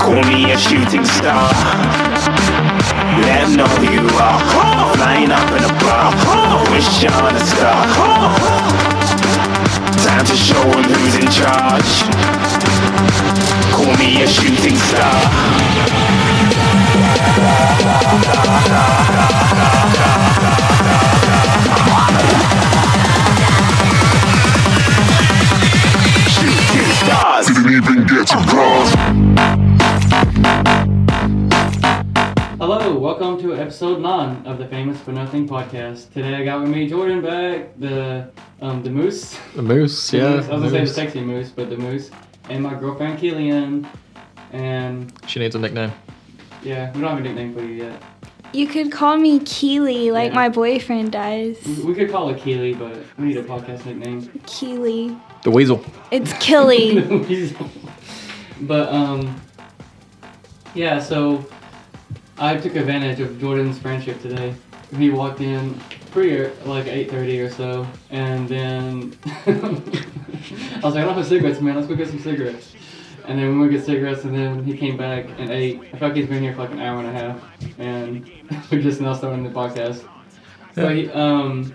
Call me a shooting star. Let 'em know who you are. Flying up in a bar. Wish on a star. Time to show 'em who's in charge. Call me a shooting star. Shooting stars. Didn't even get to cross. Hello, welcome to episode nine of the Famous for Nothing podcast. Today I got with me Jordan back, the um, the moose. The moose, The yeah. moose. I was gonna say the moose. sexy moose, but the moose, and my girlfriend Keelan. And She needs a nickname. yeah, we don't have a nickname for you yet. You could call me Keely, like Yeah. Mm-hmm. my boyfriend does. We- We could call it Keely, but we need a podcast nickname. Keely. The weasel. It's Killy. but um, yeah. So I took advantage of Jordan's friendship today. He walked in pretty ear- like 8:30 or so, and then I was like, "I don't have cigarettes, man. Let's go get some cigarettes." And then we went to get cigarettes, and then he came back and ate. I feel like he's been here for like an hour and a half, and we're just now starting the podcast. So Yeah. he, um,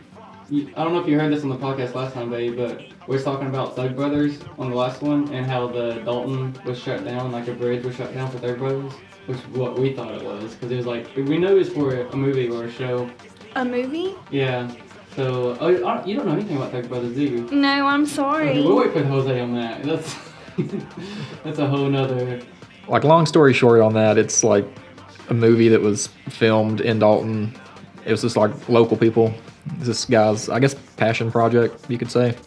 you- I don't know if you heard this on the podcast last time, babe, but we was talking about Thug Brothers on the last one and how the Dalton was shut down, like a bridge was shut down for Thug Brothers, which is what we thought it was, because it was like we know it's for a movie or a show. a movie? Yeah. So oh, I don't- you don't know anything about Thug Brothers, do you? No, I'm Okay, sorry. we'll wait for Jose on that. That's that's a whole nother. Like, long story short on that, it's like a movie that was filmed in Dalton. It was just like local people. This guy's, I guess, passion project, you could say.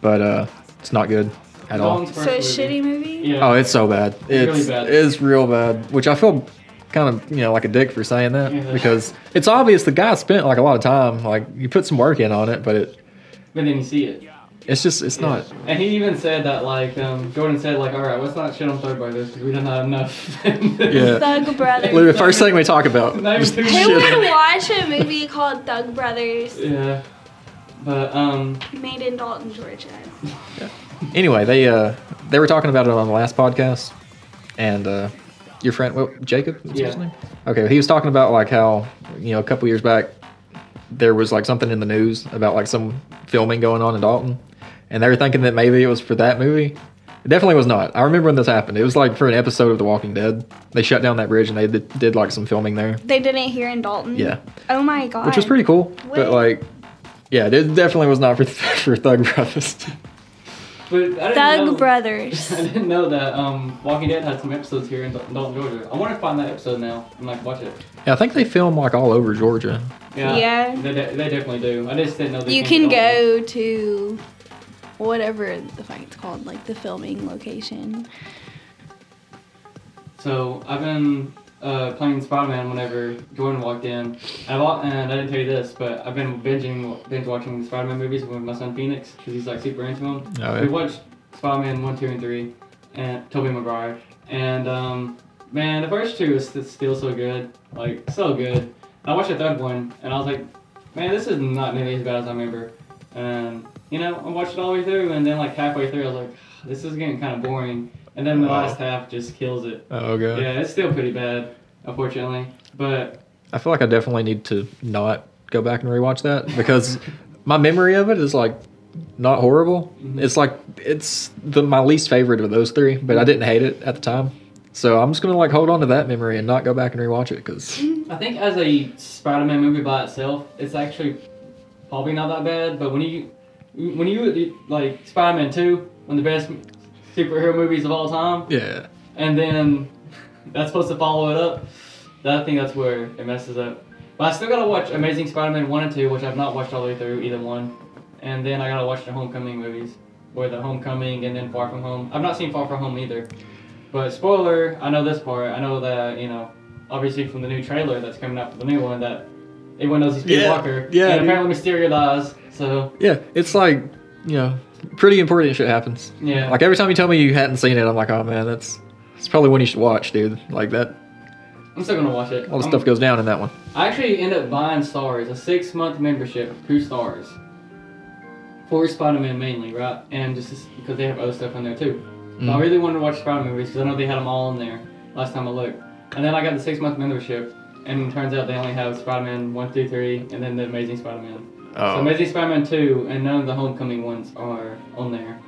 But uh it's not good at all. Dalton's So a first movie. shitty movie? Yeah. Oh, it's so bad. It's Really bad. It's real bad. Which I feel kind of you know like a dick for saying that Yeah. because it's obvious the guy spent like a lot of time. Like you put some work in on it, but it but then you see it. it's just it's Yeah. not. And he even said that, like, um, Jordan said, like, all right, let's not shit on Third Brothers because we don't have enough. Yeah. Thug Brothers. Literally, the first thing we talk about. Not even Just two Who minutes. shit. would watch a movie called Thug Brothers Yeah. But, um, made in Dalton, Georgia? Anyway, they uh they were talking about it on the last podcast, and uh, your friend what, Jacob, is Yeah. his name? Okay, he was talking about like how you know a couple years back there was like something in the news about like some filming going on in Dalton, and they were thinking that maybe it was for that movie. It definitely was not. I remember when this happened. It was like for an episode of The Walking Dead. They shut down that bridge and they did, did like some filming there, They didn't hear in Dalton? Yeah. Oh my god. which was pretty cool. But What? like, yeah, it definitely was not for for Thug Brothers. but I didn't know, Thug Brothers. I didn't know that um, Walking Dead had some episodes here in Dal- Dalton, Georgia. I want to find that episode now and like watch it. yeah, I think they film like all over Georgia. Yeah. Yeah. They, de- they definitely do. I just didn't know. They You came can to Dalton. go to whatever the fuck it's called, like the filming location. So I've been uh, playing Spider-Man whenever Jordan walked in. I wa- and I didn't tell you this, but I've been binging binge watching Spider-Man movies with my son Phoenix because he's like super into them. Oh, yeah. We watched Spider-Man one, two, and three, and Tobey Maguire. And um, man, the first two is st- still so good, like so good. I watched the third one, and I was like, man, this is not nearly as bad as I remember. And you know, I watched it all the way through, and then like halfway through, I was like, this is getting kind of boring. And then the Oh. last half just kills it. Oh god. Yeah, it's still pretty bad, unfortunately. But I feel like I definitely need to not go back and rewatch that because my memory of it is like not horrible. Mhm. It's like it's the my least favorite of those three, but I didn't hate it at the time. So I'm just gonna like hold on to that memory and not go back and rewatch it because I think as a Spider-Man movie by itself, it's actually probably not that bad. But when you when you like Spider-Man Two, one of the best superhero movies of all time, yeah, and then that's supposed to follow it up, that, I think that's where it messes up. But I still gotta watch Amazing Spider-Man One and Two, which I've not watched all the way through either one. And then I gotta watch the Homecoming movies, or the Homecoming and then Far From Home. I've not seen Far From Home either. But spoiler, I know this part. I know that you know, obviously from the new trailer that's coming out for the new one that everyone knows he's Peter Yeah, Walker. yeah, And dude. apparently Mysterio dies. So yeah. It's like you know pretty important shit happens. yeah. Like every time you tell me you hadn't seen it, I'm like, oh man, that's it's probably one you should watch, dude. Like that, I'm still gonna watch it. all the I'm- stuff goes down in that one. I actually ended up buying stars, a six month membership, two stars. For Spider Man mainly, right? And just because they have other stuff on there too. So I Mm. really wanted to watch Spider Man movies because I know they had them all in there. last time I looked. And then I got the six month membership, and it turns out they only have Spider Man 1 through 3, and then the Amazing Spider Man. So Oh, Amazing Spider Man 2 and none of the Homecoming ones are on there.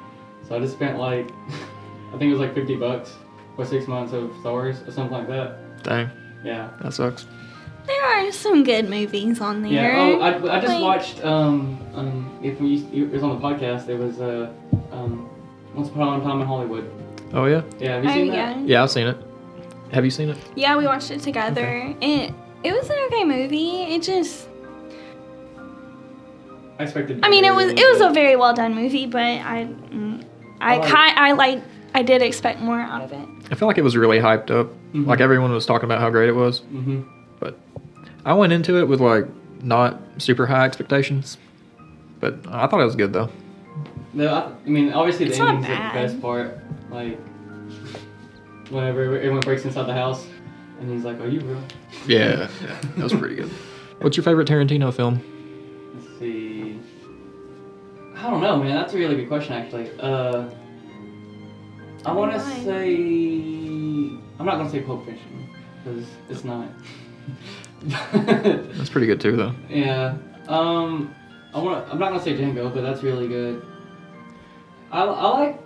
So I just spent like, I think it was like 50 bucks for six months of Star Wars or something like that. dang, Yeah. that sucks. There are some good movies on there. Yeah. Oh, I, I just Like- watched. Um, um, if we used, it was on the podcast, it was uh, um, Once Upon a Time in Hollywood. Oh yeah, Yeah. Have you Oh, seen that? yeah. yeah, I've seen it. Have you seen it? Yeah, we watched it together. It it was an okay movie. It just I expected. I mean, it was very it was a little bit. very well done movie, but I mm, I I like- kind I like I did expect more out of it. I feel like it was really hyped up. Mhm. Like everyone was talking about how great it was. Mhm. I went into it with like not super high expectations, but I thought it was good though. No, I, I mean, obviously It's the not ending's the bad. best part. Like, whenever everyone breaks inside the house, and he's like, "Are you real?" Yeah, yeah that was pretty good. What's your favorite Tarantino film? Let's see. I don't know, man. That's a really good question, actually. Uh, I want to Mine. say I'm not gonna say Pulp Fiction because it's not. That's pretty good too though. yeah. Um, I want. I'm not gonna say Django, but that's really good. I, I like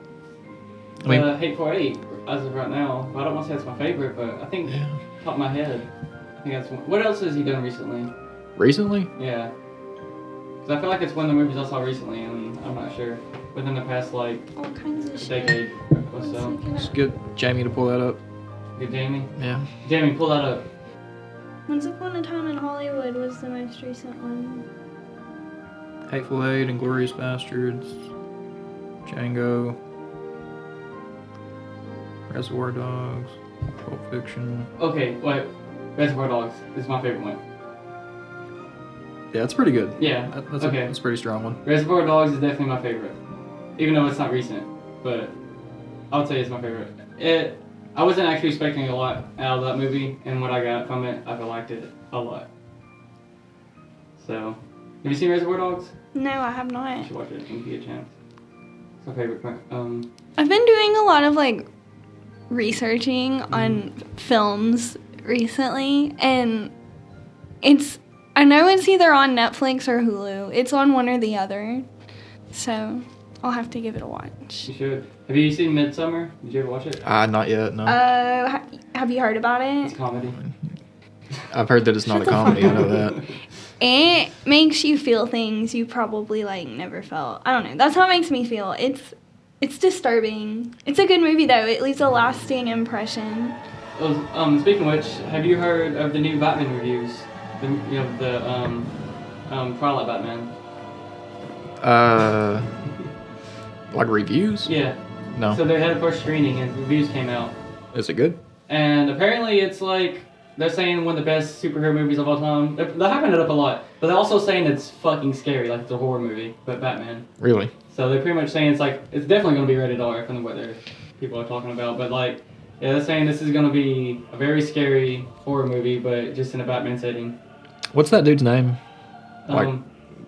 I mean- uh, Hate for Eight as of right now. I don't want to say it's my favorite, but I think Yeah. top of my head, I think that's one. What else has he done recently? Recently, Yeah. Because I feel like it's one of the movies I saw recently, and I'm not sure. Within the past, like, All kinds of shit. decade or so. just get Jamie to pull that up. Good, Jamie. Yeah. Jamie, pull that up. Once Upon a Time in Hollywood was the most recent one. Hateful Eight, Inglorious Bastards, Django, Reservoir Dogs, Pulp Fiction. Okay, wait. Reservoir Dogs is my favorite one. Yeah, it's pretty good. Yeah. That- Uh, That's okay. a, that's a pretty strong one. Reservoir Dogs is definitely my favorite, even though it's not recent. But I would say it's my favorite. It. I wasn't actually expecting a lot out of that movie, and what I got from it, I liked it a lot. So, have you seen Reservoir Dogs? No, I have You not. should watch it and be a chance. It's my favorite. part. Um, I've been doing a lot of like researching on films recently and it's I know it's either on Netflix or Hulu. It's on one or the other. So I'll have to give it a watch. You should. Have you seen Midsummer? Did you ever watch it? Ah, not yet. No, Uh ha- have you heard about It's a it? comedy. I've heard that it's not a comedy. I know that. It makes you feel things you probably like never felt. I don't know. That's how it makes me feel. It's it's disturbing. It's a good movie though. It leaves a lasting impression. Oh, um, speaking of which, have you heard of the new Batman reviews? The, you know, the um, um, Twilight Batman. Uh, like reviews? Yeah. No. So they had a first screening and reviews came out, Is it good? and apparently it's like they're saying one of the best superhero movies of all time. They're, they're hyping it up a lot, but they're also saying it's fucking scary, like it's a horror movie, but Batman. Really? So they're pretty much saying it's like it's definitely gonna be rated R from what they're people are talking about. But like, yeah, they're saying this is gonna be a very scary horror movie, but just in a Batman setting. What's that dude's name? Um, Like-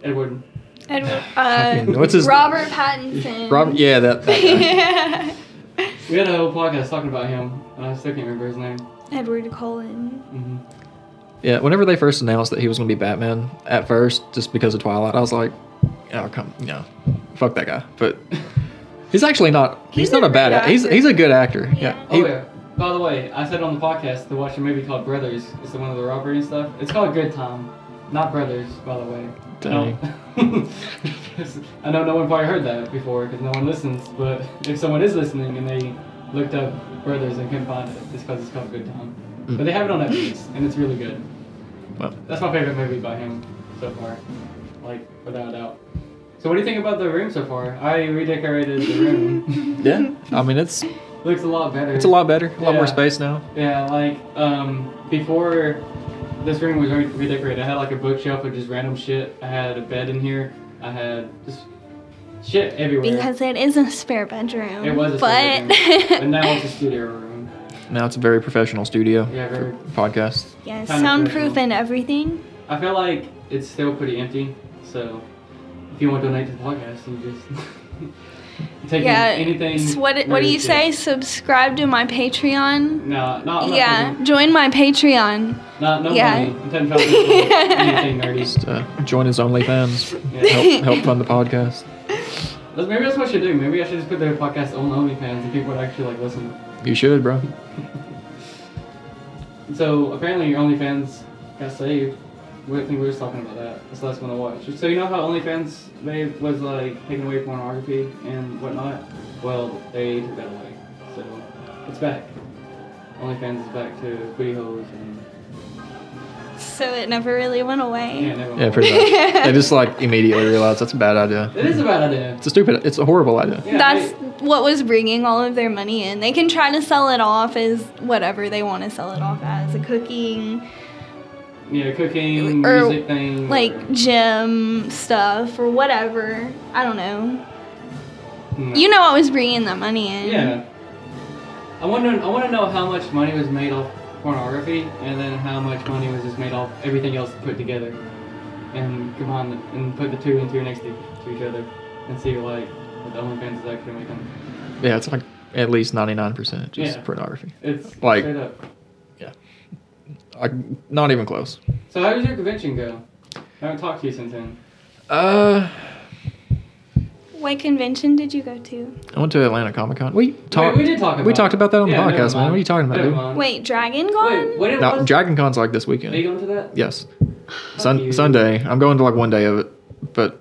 Edward. Edward, uh, What's his- Robert Pattinson. Robert? Yeah, that. that guy. We had a whole podcast talking about him, and I still can't remember his name. Edward Cullen. hmm Yeah, whenever they first announced that he was going to be Batman, at first, just because of Twilight, I was like, oh, come, no, fuck that guy. But he's actually not, he's, He's not a a bad great actor. He's, actor. he's a good actor. Yeah. Yeah. Oh He- yeah. By the way, I said on the podcast to watch a movie called Brothers. It's the one of the robbery and stuff. It's called Good Time, not Brothers, by the way. Dang. No. I know no one probably heard that before because no one listens. But if someone is listening and they looked up Brothers and couldn't find it, it's because it's called Good Time. Mm. But they have it on Netflix and it's really good. Well, That's my favorite movie by him so far, like without a doubt. So what do you think about the room so far? I redecorated the room. yeah. I mean, it's Looks a lot better. it's a lot better, a Yeah. lot more space now. Yeah, like um, before this room was re- redecorated, I had like a bookshelf with just random shit. I had a bed in here. I had just shit everywhere. Because it is a spare bedroom. it was a but studio room, and now it's a studio room. Now it's a very professional studio Yeah, very. podcast. yeah, kind of soundproof bedroom. and everything. I feel like it's still pretty empty. So if you want to donate to the podcast, you just Taking Yeah. anything. S- What, what do you nerdy say? shit. Subscribe to my Patreon. No, not Yeah, yeah. join my Patreon. Not, no Yeah. money. I'm ten thousand. Anything nerdy. Just, uh, join his OnlyFans. Yeah. help, help fund the podcast. That's- Maybe that's what I should do. Maybe I should just put their podcast on OnlyFans and people would actually like listen. You should, bro. So apparently your OnlyFans got saved. We I think we were just talking about that. That's the last one I watched. So you know how OnlyFans they was like taking away pornography and whatnot. Well, they took that away, so it's back. OnlyFans is back to booty holes and So it never really went yeah, away. never Yeah, pretty much. they just like immediately realized that's a bad idea. It is a bad idea. It's a stupid. It's a horrible idea. Yeah, That's they- what was bringing all of their money in. They can try to sell it off as whatever they want to sell it off as a cooking, yeah, cooking, Or, music thing, like gym stuff or whatever. I don't know. Mm. You know what was bringing that money in. Yeah. I wonder. I want to know how much money was made off pornography, and then how much money was just made off everything else put together, and combine the, and put the two and two next to, to each other, and see like what the OnlyFans is actually making. Yeah, it's like at least ninety nine percent just Yeah. pornography. It's Like- straight up. Like not even close. So how did your convention go? I haven't talked to you since then. Uh, What convention did you go to? I went to Atlanta Comic Con. We Wait, talked. we did talk about. we talked about that on the Yeah, never podcast, man. mind. What are you talking about, Never dude? mind. Wait, Dragon Um, Con? Wait, what it No, was? Dragon Con's like this Are you weekend. going to that Yes, Fuck Sun- you. Sunday. I'm going to like one day of it, but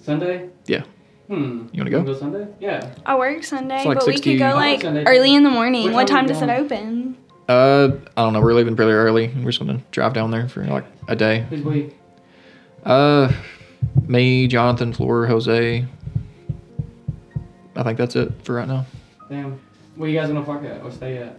Sunday? yeah, Hmm. You wanna wanna go? go Sunday? Yeah. I work Sunday, It's like but we 60 could I go work like Sunday, too. early in the morning. What What time time are we does it going? open? uh, I don't know. We're leaving pretty early. We're just gonna drive down there for like a day. Who's we? Uh, me, Jonathan, Fleur, Jose. I think that's it for right now. Damn. Where you guys gonna park at or stay at?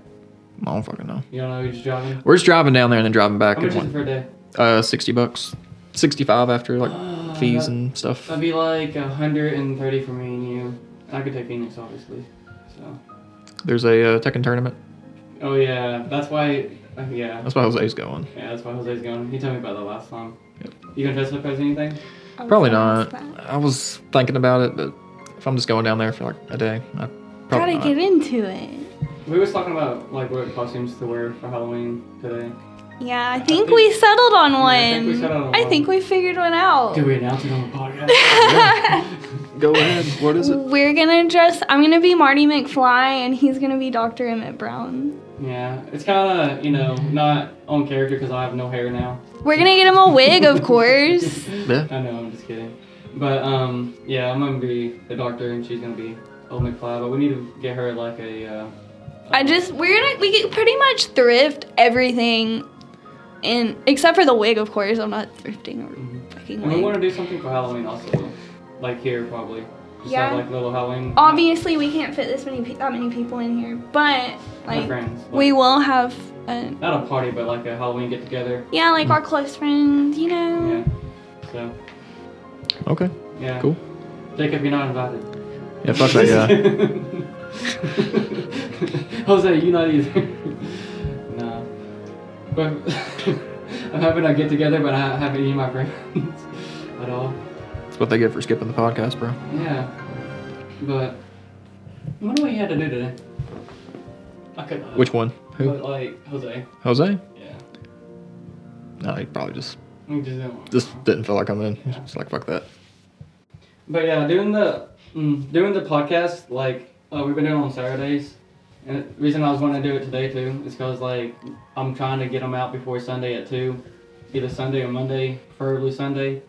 I don't fucking know. You don't know. You're just driving. We're just driving down there and then driving back. How in much is it one, for a day? uh, sixty bucks, sixty-five after like Uh, fees that- and stuff. That'd be like a hundred and thirty for me and you. And I could take Phoenix, obviously. So. There's a uh, Tekken tournament. Oh yeah, that's why. Uh, yeah, That's why Jose's going. yeah, that's why Jose's going. He told me about that last time. Yep. You gonna dress up as anything? I was Probably gonna not. ask that. I was thinking about it, but if I'm just going down there for like a day, I probably Gotta not. get into it. We was talking about like what costumes to wear for Halloween today. Yeah, I think- think we settled on Yeah, one. I think we settled on I one. think we figured one out. Did we announce it on the podcast? Go ahead. What is it? We're gonna dress. I'm gonna be Marty McFly, and he's gonna be Dr. Emmett Brown. yeah, it's kind of you know not on character because I have no hair now. We're gonna get him a wig, of course. Yeah. I know, I'm just kidding. But um, yeah, I'm gonna be the doctor and she's gonna be old McFly. But we need to get her like a. Uh, I just we're gonna we could pretty much thrift everything, in except for the wig, of course. I'm not thrifting a fucking Mm-hmm. And we want wig. to do something for Halloween also, like here probably. Just Yeah. Oh. have like little Halloween. Obviously, we can't fit this many pe- that many people in here, but My like friends. Like, we will have a not a party, but like a Halloween get together. yeah, like our close friends, you know. Mm-hmm. Yeah. So Okay. yeah. Cool. Jacob, you're not invited. Yeah. Fuck that guy. Jose, you not either. no. But I'm having a get together, but I haven't any of my friends at all. That's what they get for skipping the podcast, bro. Yeah. But what do we had to do today? I could. not. Which one? Who? But like Jose. Jose? Yeah. No, he probably just We just didn't want- just didn't feel like I'm in. It's like fuck that. But yeah, doing the mm, doing the podcast like uh, we've been doing it on Saturdays, and the reason I was wanting to do it today too is because like I'm trying to get them out before Sunday at two, either Sunday or Monday, preferably Sunday.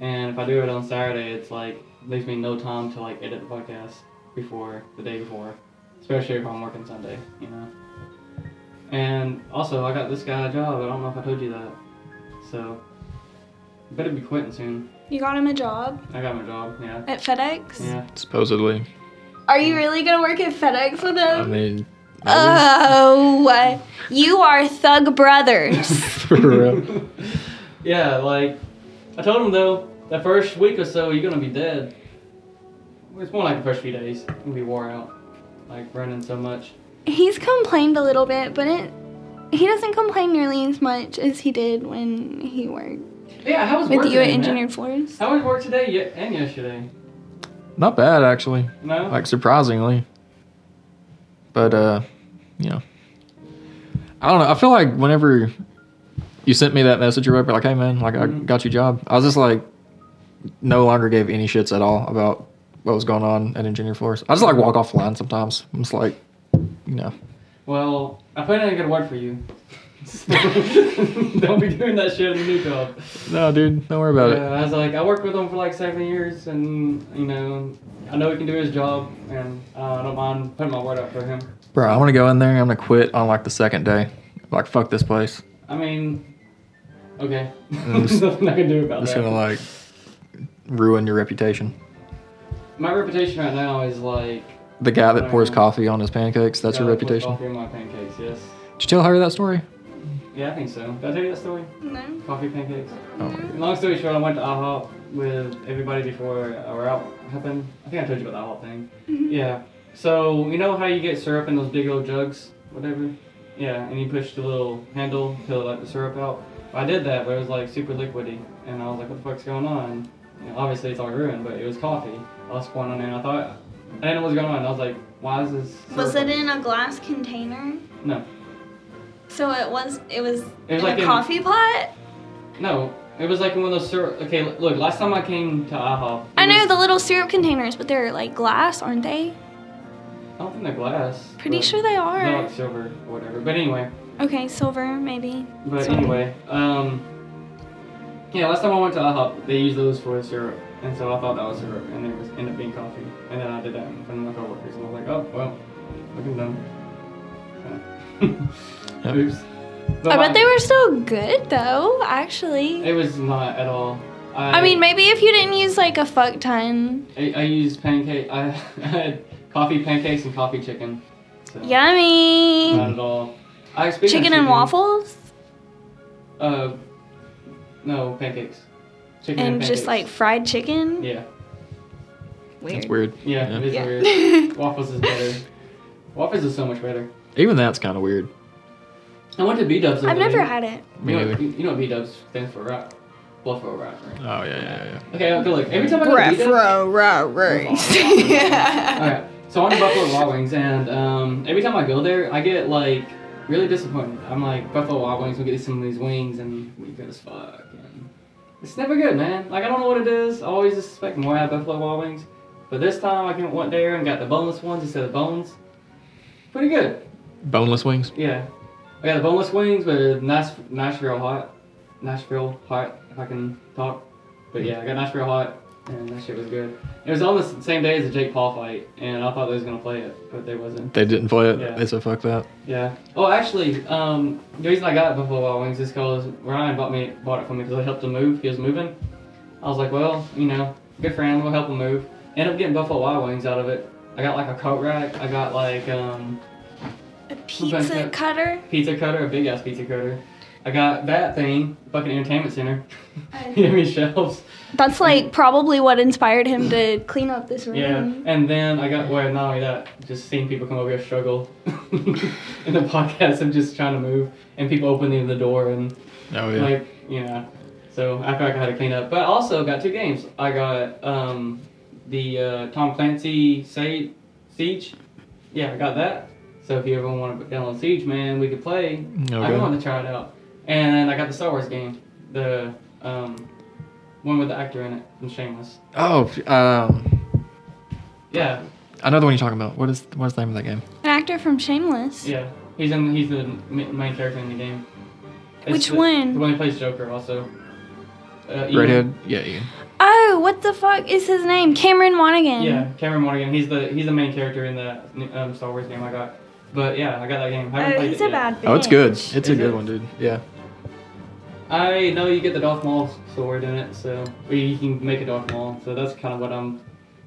And if I do it on Saturday, it's like leaves me no time to like edit the podcast before the day before, especially if I'm working Sunday, you know. And also, I got this guy a job. I don't know if I told you that, so better be quitting soon. You got him a job I got my job. Yeah. at FedEx. Yeah. Supposedly. Are you really gonna work at FedEx with him? I mean. uh. Oh, you are thug brothers. for real. Yeah, like I told him though, that first week or so you're gonna be dead. It's more like the first few days. You'll be wore out, like running so much. He's complained a little bit, but it, he doesn't complain nearly as much as he did when he worked Yeah, how was with work you at today, man? Engineered Floors. How was work today ye- and yesterday? Not bad actually. No. Like surprisingly. But uh, you know. I don't know. I feel like whenever you sent me that message or whatever, like, hey man, like I Mhm. got your job. I was just like no longer gave any shits at all about what was going on at engineer floors. I just like walk off the line sometimes. I'm just like, you know. well, I put in a good word for you. Don't be doing that shit in the new job. No, dude, don't worry about Yeah, it. I was like, I worked with him for like seven years, and you know, I know he can do his job, and uh, I don't mind putting my word up for him. Bro, I'm gonna go in there, I'm gonna quit on like the second day. Like fuck this place. I mean, okay, I'm just- there's nothing I can do about I'm just that. Mm. gonna like ruin your reputation. my reputation right now is like The guy that pours Right. coffee on his pancakes, that's Yeah, your I put reputation. Coffee in my pancakes, yes. Did you tell her that story? Yeah, I think so. Did I tell you that story? Oh. No. Coffee pancakes. Oh. Long story short, I went to IHOP with everybody before our out happened. I think I told you about the IHOP thing. Mm-hmm. Yeah. So you know how you get syrup in those big old jugs, whatever. Yeah, and you push the little handle to let the syrup out. I did that, but it was like super liquidy, and I was like, "What the fuck's going on?" You know, obviously, it's all ruined, but it was coffee. I was pouring on there, and I thought, I didn't know what was going on. I was like, "Why is this?" Syrup Was on it there?" in a glass container? No, So it was. It was, It was in like a in- coffee pot. no. It was like one of those syrup. Okay, look. Last time I came to IHOP, it I know was- the little syrup containers, but they're like glass, aren't they? I don't think they're glass. Pretty but- sure they They're are. like silver or whatever. But anyway, Okay, silver maybe. but Sorry. anyway, um, yeah. Last time I went to IHOP, they used those for syrup, and so I thought that was syrup, and it was ended up being coffee. And then I did that in front of my coworkers, and I was like, oh well, look at them. Yep. Oops. But I my- bet they were still good though, actually. It was not at all. I, I mean, maybe if you didn't use like a fuck ton. I, I used pancake. I, I had coffee pancakes and coffee chicken. So, Yummy. Not at all. I speaking of Uh, Chicken and waffles Uh, no pancakes. Chicken and, and just like pancakes. fried chicken. Yeah, Weird. That's weird. yeah, it is Yeah. weird. Waffles is better. Waffles is so much better. Even that's kind of weird. I went to B Dubs. I've never had it. Me You know, neither. you you know B Dubs stands for rap, Buffalo rap. Right? Oh yeah, yeah, yeah. Okay, okay. Look, every time I go to B Dubs. race. All right, so I'm Buffalo Wild Wings, and um, every time I go there, I get like really disappointed. I'm like Buffalo Wild Wings. We get some of these wings, and we good as fuck. And it's never good, man. Like I don't know what it is. I always just expect more out of Buffalo Wild Wings, but this time I can- went there and got the boneless ones instead of bones. Pretty good. Boneless wings. Yeah. I got the boneless wings with Nash- Nashville hot. Nashville hot, if I can talk. But yeah, I got Nashville hot, and that shit was good. It was on the s- same day as the Jake Paul fight, and I thought they was gonna play it, but they wasn't. They didn't play it. Yeah. They said fuck that. Yeah. Oh, actually, um, the reason I got Buffalo Wild Wings is because Ryan bought me bought it for me because I helped him move. He was moving. I was like, well, you know, good friend, we'll help him move. End up getting Buffalo Wild Wings out of it. I got like a coat rack. I got like um, A pizza Okay. cutter. pizza cutter, a big ass pizza cutter. I got that thing, fucking entertainment center. you know, shelves. That's like probably what inspired him to clean up this room. Yeah, and then I got well, not only that, just seeing people come over here struggle in the podcast of just trying to move, and people opening the door and Oh yeah. like you know. So I feel like I had to clean up, but I also got two games. I got um, the uh, Tom Clancy Sa- Siege. Yeah, I got that. So if you ever want to download Siege, man, we could play. I Okay. want to try it out. And I got the Star Wars game, the um, one with the actor in it from Shameless. Oh, f- um, Yeah, I know the one you're talking about. What is what's the name of that game? An actor from Shameless. yeah. He's in. He's the ma- main character in the game. Which the- one? The one who plays Joker, also. Uh, Ian. Redhead. Yeah, Ian. Oh, what the fuck is his name? Cameron Monaghan. Yeah, Cameron Morgan. He's the he's the main character in the um, Star Wars game I got. But yeah, I got that game. I haven't Oh, played he's it a yet. bad bitch. Oh, it's good. It's a Is good it? one, dude. Yeah. I know you get the Darth Maul sword in it, so or you can make a Darth Maul. So that's kind of what I'm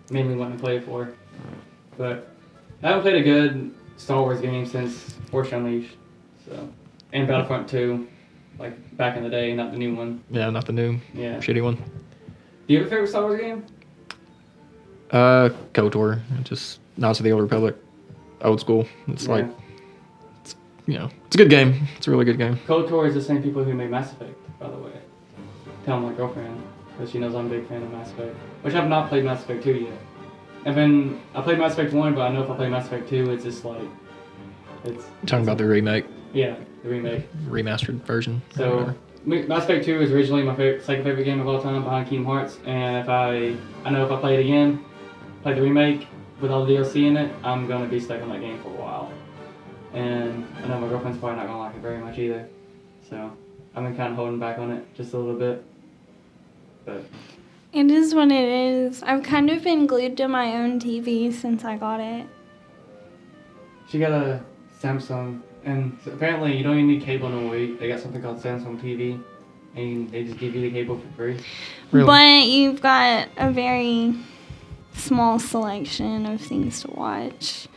made me want to play it for. But I haven't played a good Star Wars game since Force Unleashed, so and Battlefront Two, like back in the day, not the new one. Yeah, not the new Yeah. Do shitty one. you have a favorite Star Wars game? Uh, Kotor. Just Knights of the Old Republic. Old school. It's like Yeah. you know, it's a good game. It's a really good game. KOTOR is the same people who made Mass Effect, by the way. Tell my girlfriend because she knows I'm a big fan of Mass Effect, which I've not played Mass Effect Two yet. And then I played Mass Effect 1, but I know if I play Mass Effect 2, it's just like. It's. Talking about the remake, Yeah, the remake. remastered version. or So, whatever. Ma- Mass Effect 2 is originally my favorite, second favorite game of all time behind Kingdom Hearts, and if I, I know if I play it again, play the remake with all the DLC in it, I'm gonna be stuck on that game for a while. And I know my girlfriend's probably not gonna like it very much either, so I've been kind of holding back on it just a little bit. But It is what it is. I've kind of been glued to my own TV since I got it. she got a Samsung, and apparently you don't even need cable no more. They got something called Samsung TV, and they just give you the cable for free. Really? But you've got a very small selection of things to watch.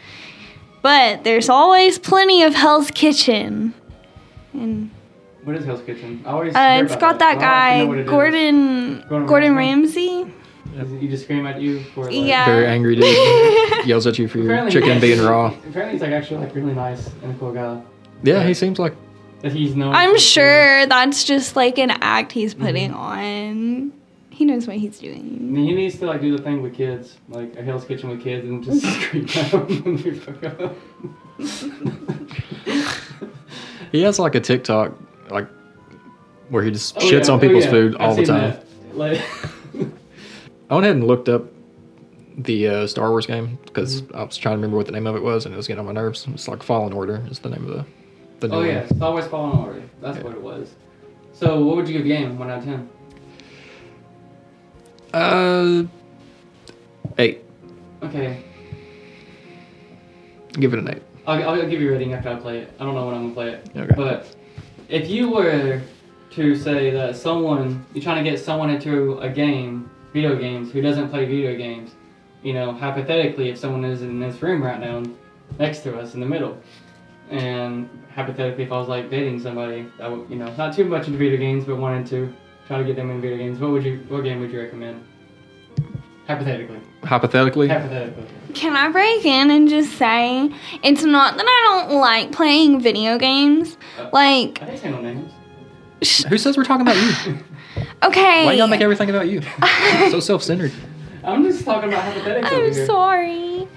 But there's always plenty of Hell's Kitchen. And What is Hell's Kitchen? I always uh, hear it's about got that but I don't actually know what guy, it is. Gordon Gordon Gordon Ramsay? Ramsay. Is it- You just scream at you for like, Yeah. Very angry dude yells at you for your Apparently- chicken being raw. Apparently, he's like actually like really nice and a cool guy. Yeah, he seems like That he's known. I'm for- sure that's just like an act he's Mm-hmm. putting on. He knows what he's doing. He needs to like do the thing with kids, like a Hell's Kitchen with kids, and just scream at them when they fuck up. he has like a TikTok like where he just Oh, shits yeah. on Oh, people's yeah. food I've all seen the time. that. Like, I went ahead and looked up the uh, Star Wars game because Mm-hmm. I was trying to remember what the name of it was, and it was getting on my nerves. It's like Fallen Order is the name of the the new oh one. yeah, Star Wars Fallen Order. That's Yeah. what it was. So what would you give the game? One out of ten. Uh, eight. Okay, Give it an eight. I'll, I'll give you a rating after I play it. I don't know when I'm gonna play it. Okay. But if you were to say that someone, you're trying to get someone into a game, video games, who doesn't play video games, you know, hypothetically, if someone is in this room right now, next to us in the middle, and hypothetically, if I was like dating somebody, I would, you know, not too much into video games, but wanted to try to get them in video games, what would you, what game would you recommend? Hypothetically. Hypothetically, Hypothetically. Can I break in and just say it's not that I don't like playing video games? Uh, Like, I didn't say no names. who says we're talking about you? Why y'all make okay. everything about you? so self-centered. I'm just talking about hypothetically. I'm here. sorry.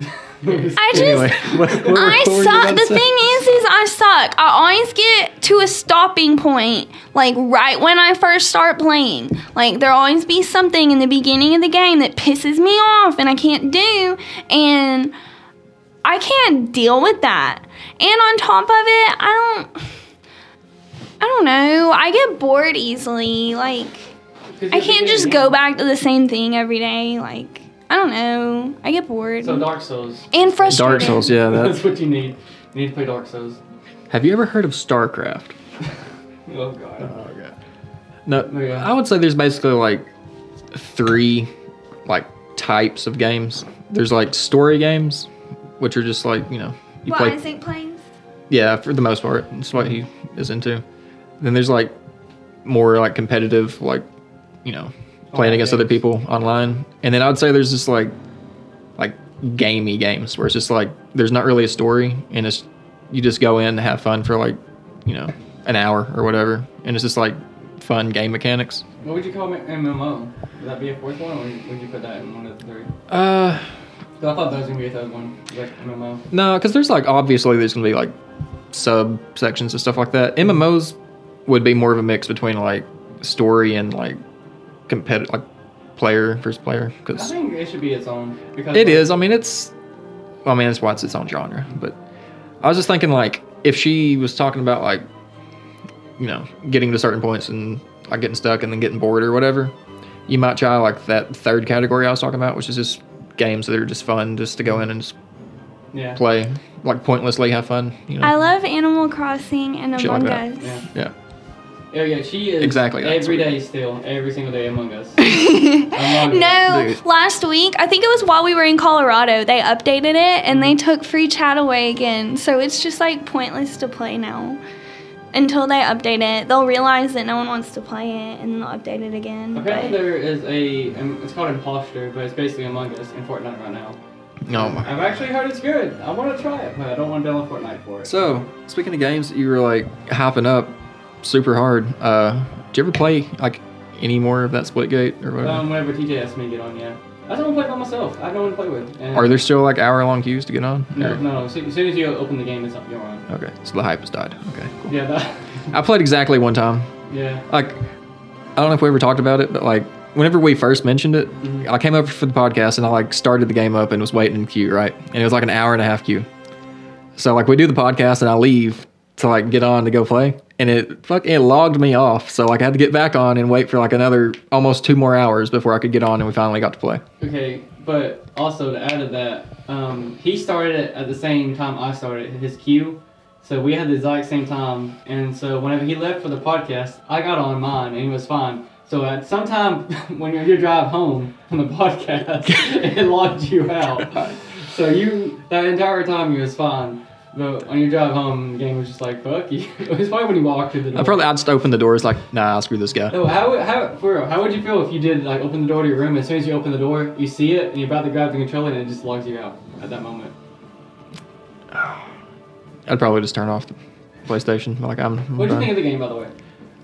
I just. Anyway, what, what, what I were you about suck. to The say? thing is, is I suck. I always get to a stopping point, like right when I first start playing. Like there'll always be something in the beginning of the game that pisses me off and I can't do, and I can't deal with that. And on top of it, I don't. I don't know. I get bored easily. Like I can't just go back to the same thing every day. Like I don't know. I get bored So Dark Souls. and frustrated. Dark Souls. Yeah, That's that's. what you need. You need to play Dark Souls. Have you ever heard of StarCraft? Oh god. Oh god. No, Oh, yeah. I would say there's basically like three like types of games. There's like story games, which are just like you know you What play. Isaac plays? Yeah, for the most part, that's what he is into. Then there's like more like competitive, like you know, playing Online against other games. people online. And then I would say there's just like like gamey games where it's just like there's not really a story, and it's you just go in and have fun for like you know an hour or whatever, and it's just like fun game mechanics. What would you call it? MMO? Would that be a fourth one, or would you- would you put that in one of the three? Uh, 'Cause I thought that was gonna be a third one, like MMO. No, because there's like obviously there's gonna be like subsections and stuff like that. Mm-hmm. MMOs would be more of a mix between like story and like competitive, like player versus player. I Because think it should be its own because it is. I mean, it's. I mean, that's why it's its own genre. But I was just thinking like if she was talking about like, you know, getting to certain points and like getting stuck and then getting bored or whatever, you might try like that third category I was talking about, which is just games that are just fun, just to Mm-hmm. go in and just Yeah. play like pointlessly have fun you know I love Animal Crossing and Shit like Among that. Us. Yeah. yeah Oh yeah. She is Exactly, that's every what it day still every single day Among Us. Among Us. No, Dude. last week, I think it was while we were in Colorado, they updated it and Mm-hmm. they took free chat away again. So it's just like pointless to play now. Until they update it, they'll realize that no one wants to play it and they'll update it again. Apparently but- there is a um, it's called Imposter, but it's basically Among Us in Fortnite right now. no my I've actually heard it's good. I want to try it, but I don't want to download Fortnite for it. so speaking of games that you were like hopping up super hard uh did you ever play like any more of that split gate or whatever um, whenever TJ asked me to get on, yeah. I just want to play by myself. I have no one to play with. And Are there still like hour long queues to get on? No, Or- no. As soon as soon as you open the game, it's up. You're on. Okay, so the hype has died. Okay, cool. Yeah, that. I played exactly one time. Yeah. Like, I don't know if we ever talked about it, but like, whenever we first mentioned it, Mm-hmm. I came over for the podcast and I like started the game up and was waiting in queue, right? And it was like an hour and a half queue. So like, we do the podcast and I leave to like get on to go play, and it fuck it logged me off. So like, I had to get back on and wait for like another almost two more hours before I could get on, and we finally got to play. Okay, but also to add to that, um, he started it at the same time I started his queue, so we had the exact same time. And so whenever he left for the podcast, I got on mine and he was fine. So at some time when you're your drive home from the podcast, it locked you out. So you that entire time you was fine. But on your drive home, the game was just like fuck you. It was probably when you walked through the door. I probably I just opened the doors like, nah, screw this guy. No, how, would- how, for real, how would you feel if you did like open the door to your room and as soon as you open the door, you see it and you're about to grab the controller and it just logs you out at that moment? I'd probably just turn off the PlayStation. Like, I'm. I'm What do you done. think of the game, by the way?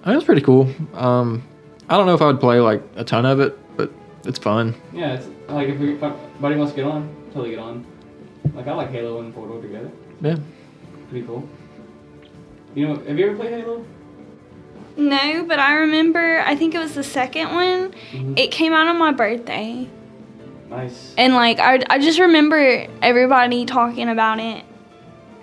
I mean, it's pretty cool. Um, I don't know if I would play like a ton of it, but it's fun. Yeah, it's like if, we, if our buddy wants to get on, totally get on. Like I like Halo and Portal together. Yeah. Pretty cool. You know, have you ever played Halo? No, but I remember, I think it was the second one. Mm-hmm. Mhm. It Eh. came out on my birthday. Nice. And like, I, I just remember everybody talking about it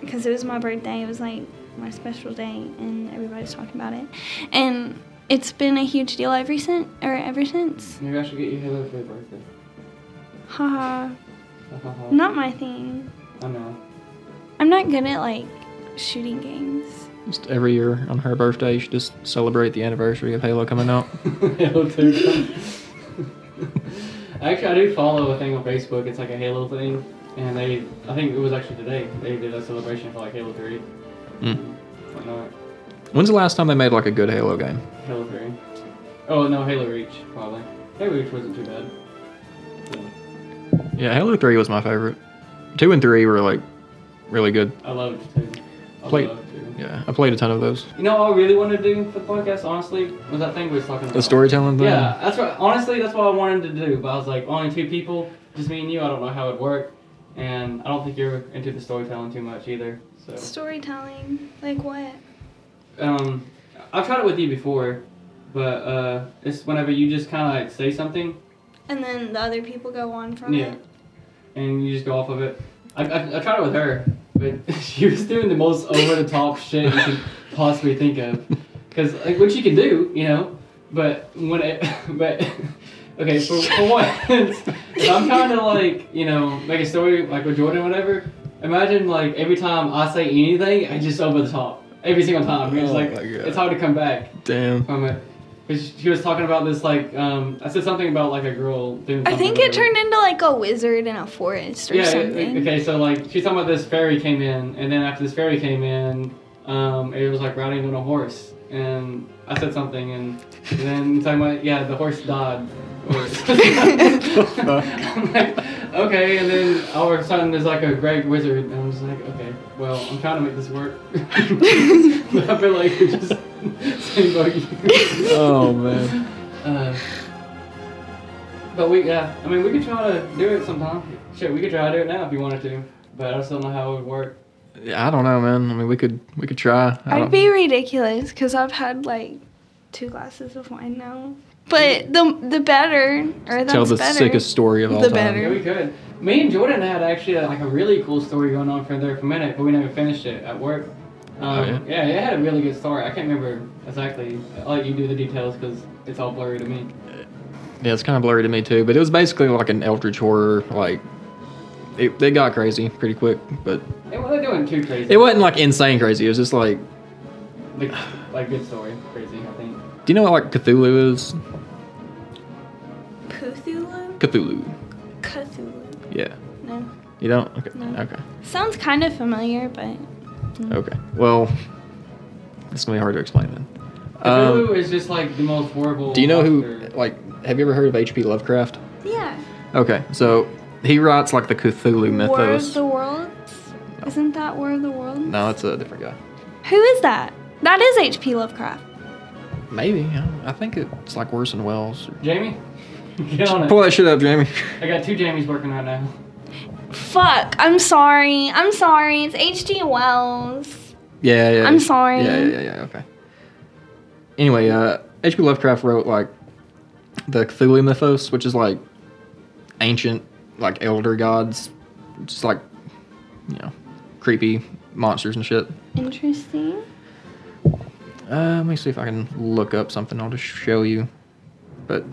because it was my birthday. It was like my special day, and everybody's talking about it. And it's been a huge deal ever since, or ever since. Maybe I should get you Halo for your birthday. Haha, Hahaha. not my thing. I know. I'm not good at like shooting games. Just every year on her birthday, you should just celebrate the anniversary of Halo coming out. Halo 2. actually, I do follow a thing on Facebook. It's like a Halo thing, and they, I think it was actually today, they did a celebration for like Halo 3. Mm. Whatnot. When's the last time they made like a good Halo game? Halo 3. Oh, no, Halo Reach, probably. Halo Reach wasn't too bad. Yeah, Yeah, Halo Three was my favorite. Two and three were like really good. I loved it too. I Play- loved it too. Yeah, I played a ton of those. You know what I really wanted to do for the podcast, honestly, was that thing we was talking about. The storytelling thing. Yeah, that's what. Honestly, that's what I wanted to do. But I was like, only two people, just me and you. I don't know how it would work, and I don't think you're into the storytelling too much either. So, Storytelling, like what? um, I've tried it with you before, but uh, it's whenever you just kind of like say something And then the other people go on from Yeah. it. and you just go off of it. I, I, I tried it with her, but she was doing the most over the top shit you could possibly think of. Because like what you can do, you know, but when it, but okay, for for once, if I'm trying to like you know make a story like with Jordan, or whatever. Imagine like every time I say anything, I just over the top every single time. It's Oh like my God. it's hard to come back Damn. from it. 'Cause she was talking about this like um, I said something about like a girl doing. I something think or it whatever. turned into like a wizard in a forest or Yeah, something. okay, so like she's talking about this fairy came in, and then after this fairy came in, um, it was like riding on a horse, and I said something, and, and then talking about yeah, the horse died. Or- I'm like, okay, and then all of a sudden there's like a great wizard, and I'm just like, okay, well, I'm trying to make this work, but I feel like you're just same buggy. Oh man. Uh, but we, yeah, I mean, we could try to do it sometime. Shit, we could try to do it now if you wanted to. But I just don't know how it would work. Yeah, I don't know, man. I mean, we could we could try. I I'd don't- be ridiculous because I've had like two glasses of wine now. But the the better or that's tell the better. sickest story of all The time. better. Yeah, we could. Me and Jordan had actually uh like a really cool story going on for there for a minute, but we never finished it at work. Um, Oh, yeah? it had a really good story. I can't remember exactly. I'll let you do the details because it's all blurry to me. Yeah, it's kind of blurry to me too, but it was basically like an eldritch horror. Like, it, they got crazy pretty quick, but It wasn't doing too crazy. it wasn't like insane crazy. It was just like, like, like good story, crazy. I think. do you know what like Cthulhu is? Cthulhu? Cthulhu. Cthulhu. Yeah. No. You don't? Okay. No. Okay. Sounds kind of familiar, but Okay. Well, it's gonna be hard to explain then. Cthulhu Um, is just like the most horrible. do you know who? monster. Like, have you ever heard of H.P. Lovecraft? yeah. Okay, so he writes like the Cthulhu War of mythos. the Worlds? Isn't that War of the Worlds? No, it's a different guy. Who is that? That is H.P. Lovecraft. Maybe. I, don't- I think it's like Orson Welles. Jamie? Get on Pull it. that shit up, Jamie. I got two Jamies working right now. Fuck. I'm sorry. I'm sorry. It's H.G. Wells. Yeah, yeah. I'm sorry. Yeah, yeah, yeah. Okay. Anyway, uh, H.P. Lovecraft wrote like the Cthulhu mythos, which is like ancient, like elder gods, just like you know, creepy monsters and shit. Interesting. Uh, let me see if I can look up something. I'll just show you. But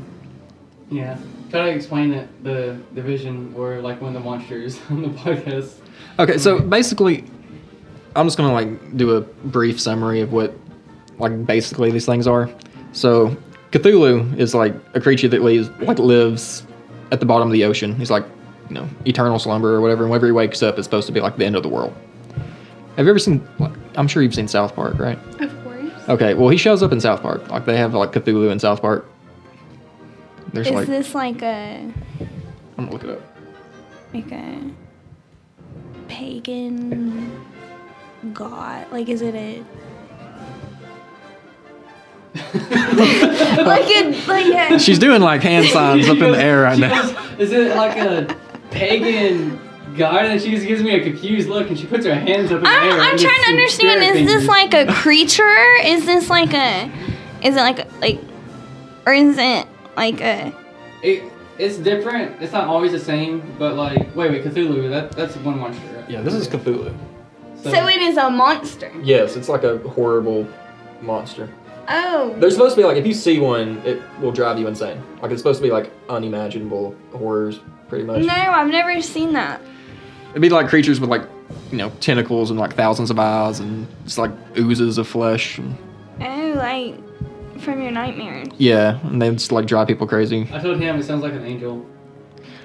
Yeah. Try to explain it, the the vision or like one of the monsters on the podcast. Okay, so basically, I'm just gonna like do a brief summary of what like basically these things are. So Cthulhu is like a creature that lives like lives at the bottom of the ocean. He's like you know eternal slumber or whatever. And whenever he wakes up, it's supposed to be like the end of the world. Have you ever seen? Like, I'm sure you've seen South Park, right? Of course. Okay, well he shows up in South Park. Like they have like Cthulhu in South Park. There's Is like this like a I'm gonna look it up. like a pagan god? Like, is it a like a like a She's doing like hand signs Uh, up in the air right She now. goes, Is it like a pagan god? And she just gives me a confused look, and she puts her hands up in the I'm, air. I'm and trying just to understand. spirit Is fingers. this like a creature? Is this like a? Is it like a, like, or is it like a? It, it's different. It's not always the same, but like, wait, wait, Cthulhu. That that's one monster. Right? Yeah, this is Cthulhu. So, it is a monster. Yes, it's like a horrible monster. Oh. They're supposed to be like, if you see one, it will drive you insane. Like, it's supposed to be like unimaginable horrors, pretty much. no, I've never seen that. It'd be like creatures with like, you know, tentacles and like thousands of eyes and just like oozes of flesh. And, Oh, like from your nightmares. yeah, and they just like drive people crazy. I told him it sounds like an angel.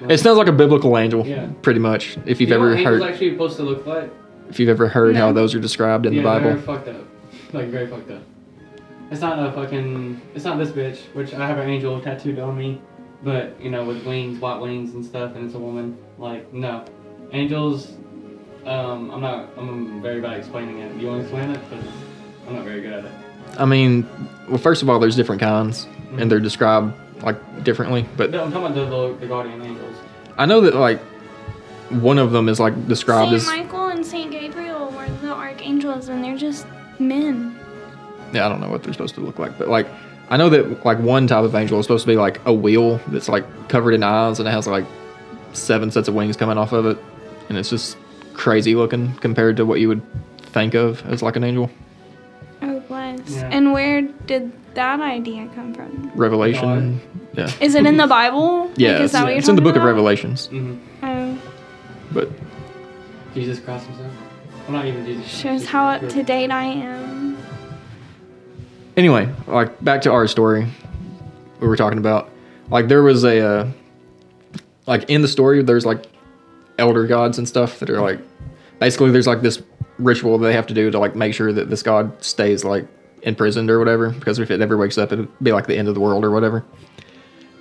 It sounds like a biblical angel, Yeah. pretty much. If you've You know ever what angels heard, actually supposed to look like? if you've ever heard how No. those are described in yeah, the Bible. they're fucked up. Like very fucked up. It's not a fucking. It's not this bitch, which I have an angel tattooed on me, but you know with wings, white wings and stuff, and it's a woman. Like no, angels. Um, I'm not. I'm very bad at explaining it. You want to explain it? Because I'm not very good at it. I mean, well, first of all, there's different kinds, Mm-hmm. and they're described like differently. But No, I'm talking about the, the, the guardian angels. I know that like one of them is like described Saint as Michael and Saint Gabriel were the archangels, and they're just men. yeah, I don't know what they're supposed to look like, but like I know that like one type of angel is supposed to be like a wheel that's like covered in eyes and it has like seven sets of wings coming off of it, and it's just crazy looking compared to what you would think of as like an angel. Oh, bless. Yeah. And where did that idea come from? Revelation, yeah, Is it in the Bible? yeah, Like, is it's, that what you're Mhm. it's in the talking Book of about? Revelations, Mm-hmm. Oh. but Jesus Christ himself. Well, not even Jesus. Shows Jesus how up Christ. to date I am. anyway, like back to our story we were talking about. Like there was a uh, like in the story there's like elder gods and stuff that are like basically there's like this ritual they have to do to like make sure that this god stays like imprisoned or whatever because if it ever wakes up it'd be like the end of the world or whatever.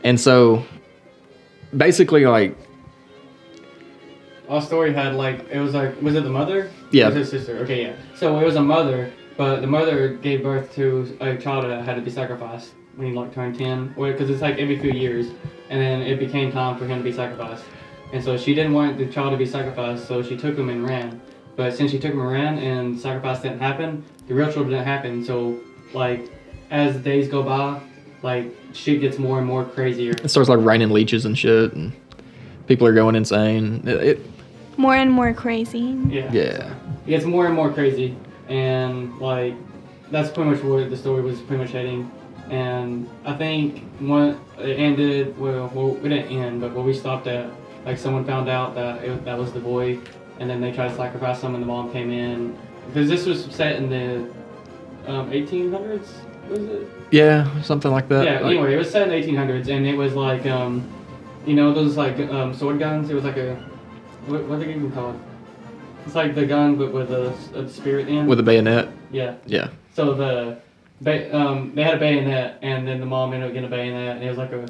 And so basically like Our story had like it was like was it the mother? Yeah. Or Was it sister? Okay, yeah. So it was a mother, but the mother gave birth to a child that had to be sacrificed when he like turned ten, because it's like every few years, and then it became time for him to be sacrificed, and so she didn't want the child to be sacrificed, so she took him and ran. But since she took him and ran and sacrifice didn't happen, the ritual didn't happen. So like as days go by, like shit gets more and more crazier. it starts like raining leeches and shit and people are going insane. It, it More and more crazy. Yeah. yeah. it gets more and more crazy and like that's pretty much where the story was pretty much heading and i think when it ended well, well it didn't end but where we stopped at like someone found out that it, that was the boy and then they tried to sacrifice him and the mom came in because this was set in the um, 1800s was it Yeah, something like that. yeah Uh, Like- anyway it was set in the 1800s and it was like um you know those like um, sword guns it was like a what, what do they even call it it's like the gun but with a, a spirit in with a bayonet. yeah Yeah. so the ba- um they had a bayonet and then the mom ended up getting a bayonet and it was like a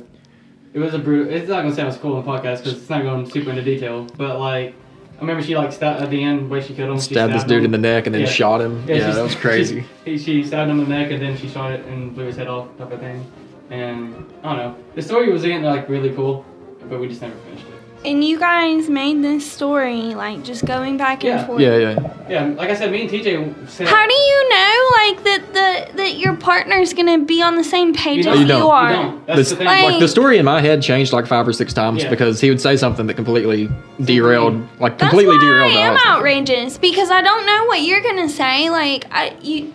it was a brutal it's not gonna sound as cool in the podcast because it's not going super into detail but like I remember she like stabbed at the end where she killed him. she stabbed this dude him. in the neck and then Yeah. shot him. Yeah, she- that was crazy. She, she stabbed him in the neck and then she shot it and blew his head off, type of thing. and I don't know. The story was in like really cool, but we just never finished it. And you guys made this story like just going back Yeah. and forth. Yeah, yeah. Yeah, like I said, me and TJ sat. How do you know like that the that your partner's gonna be on the same page don't. as You don't. You are? You don't. That's This- the thing. Like- Like the story in my head changed like five or six times Yeah. because he would say something that completely derailed, like That's completely why derailed. I the am whole thing. outrageous because I don't know what you're gonna say. Like I you,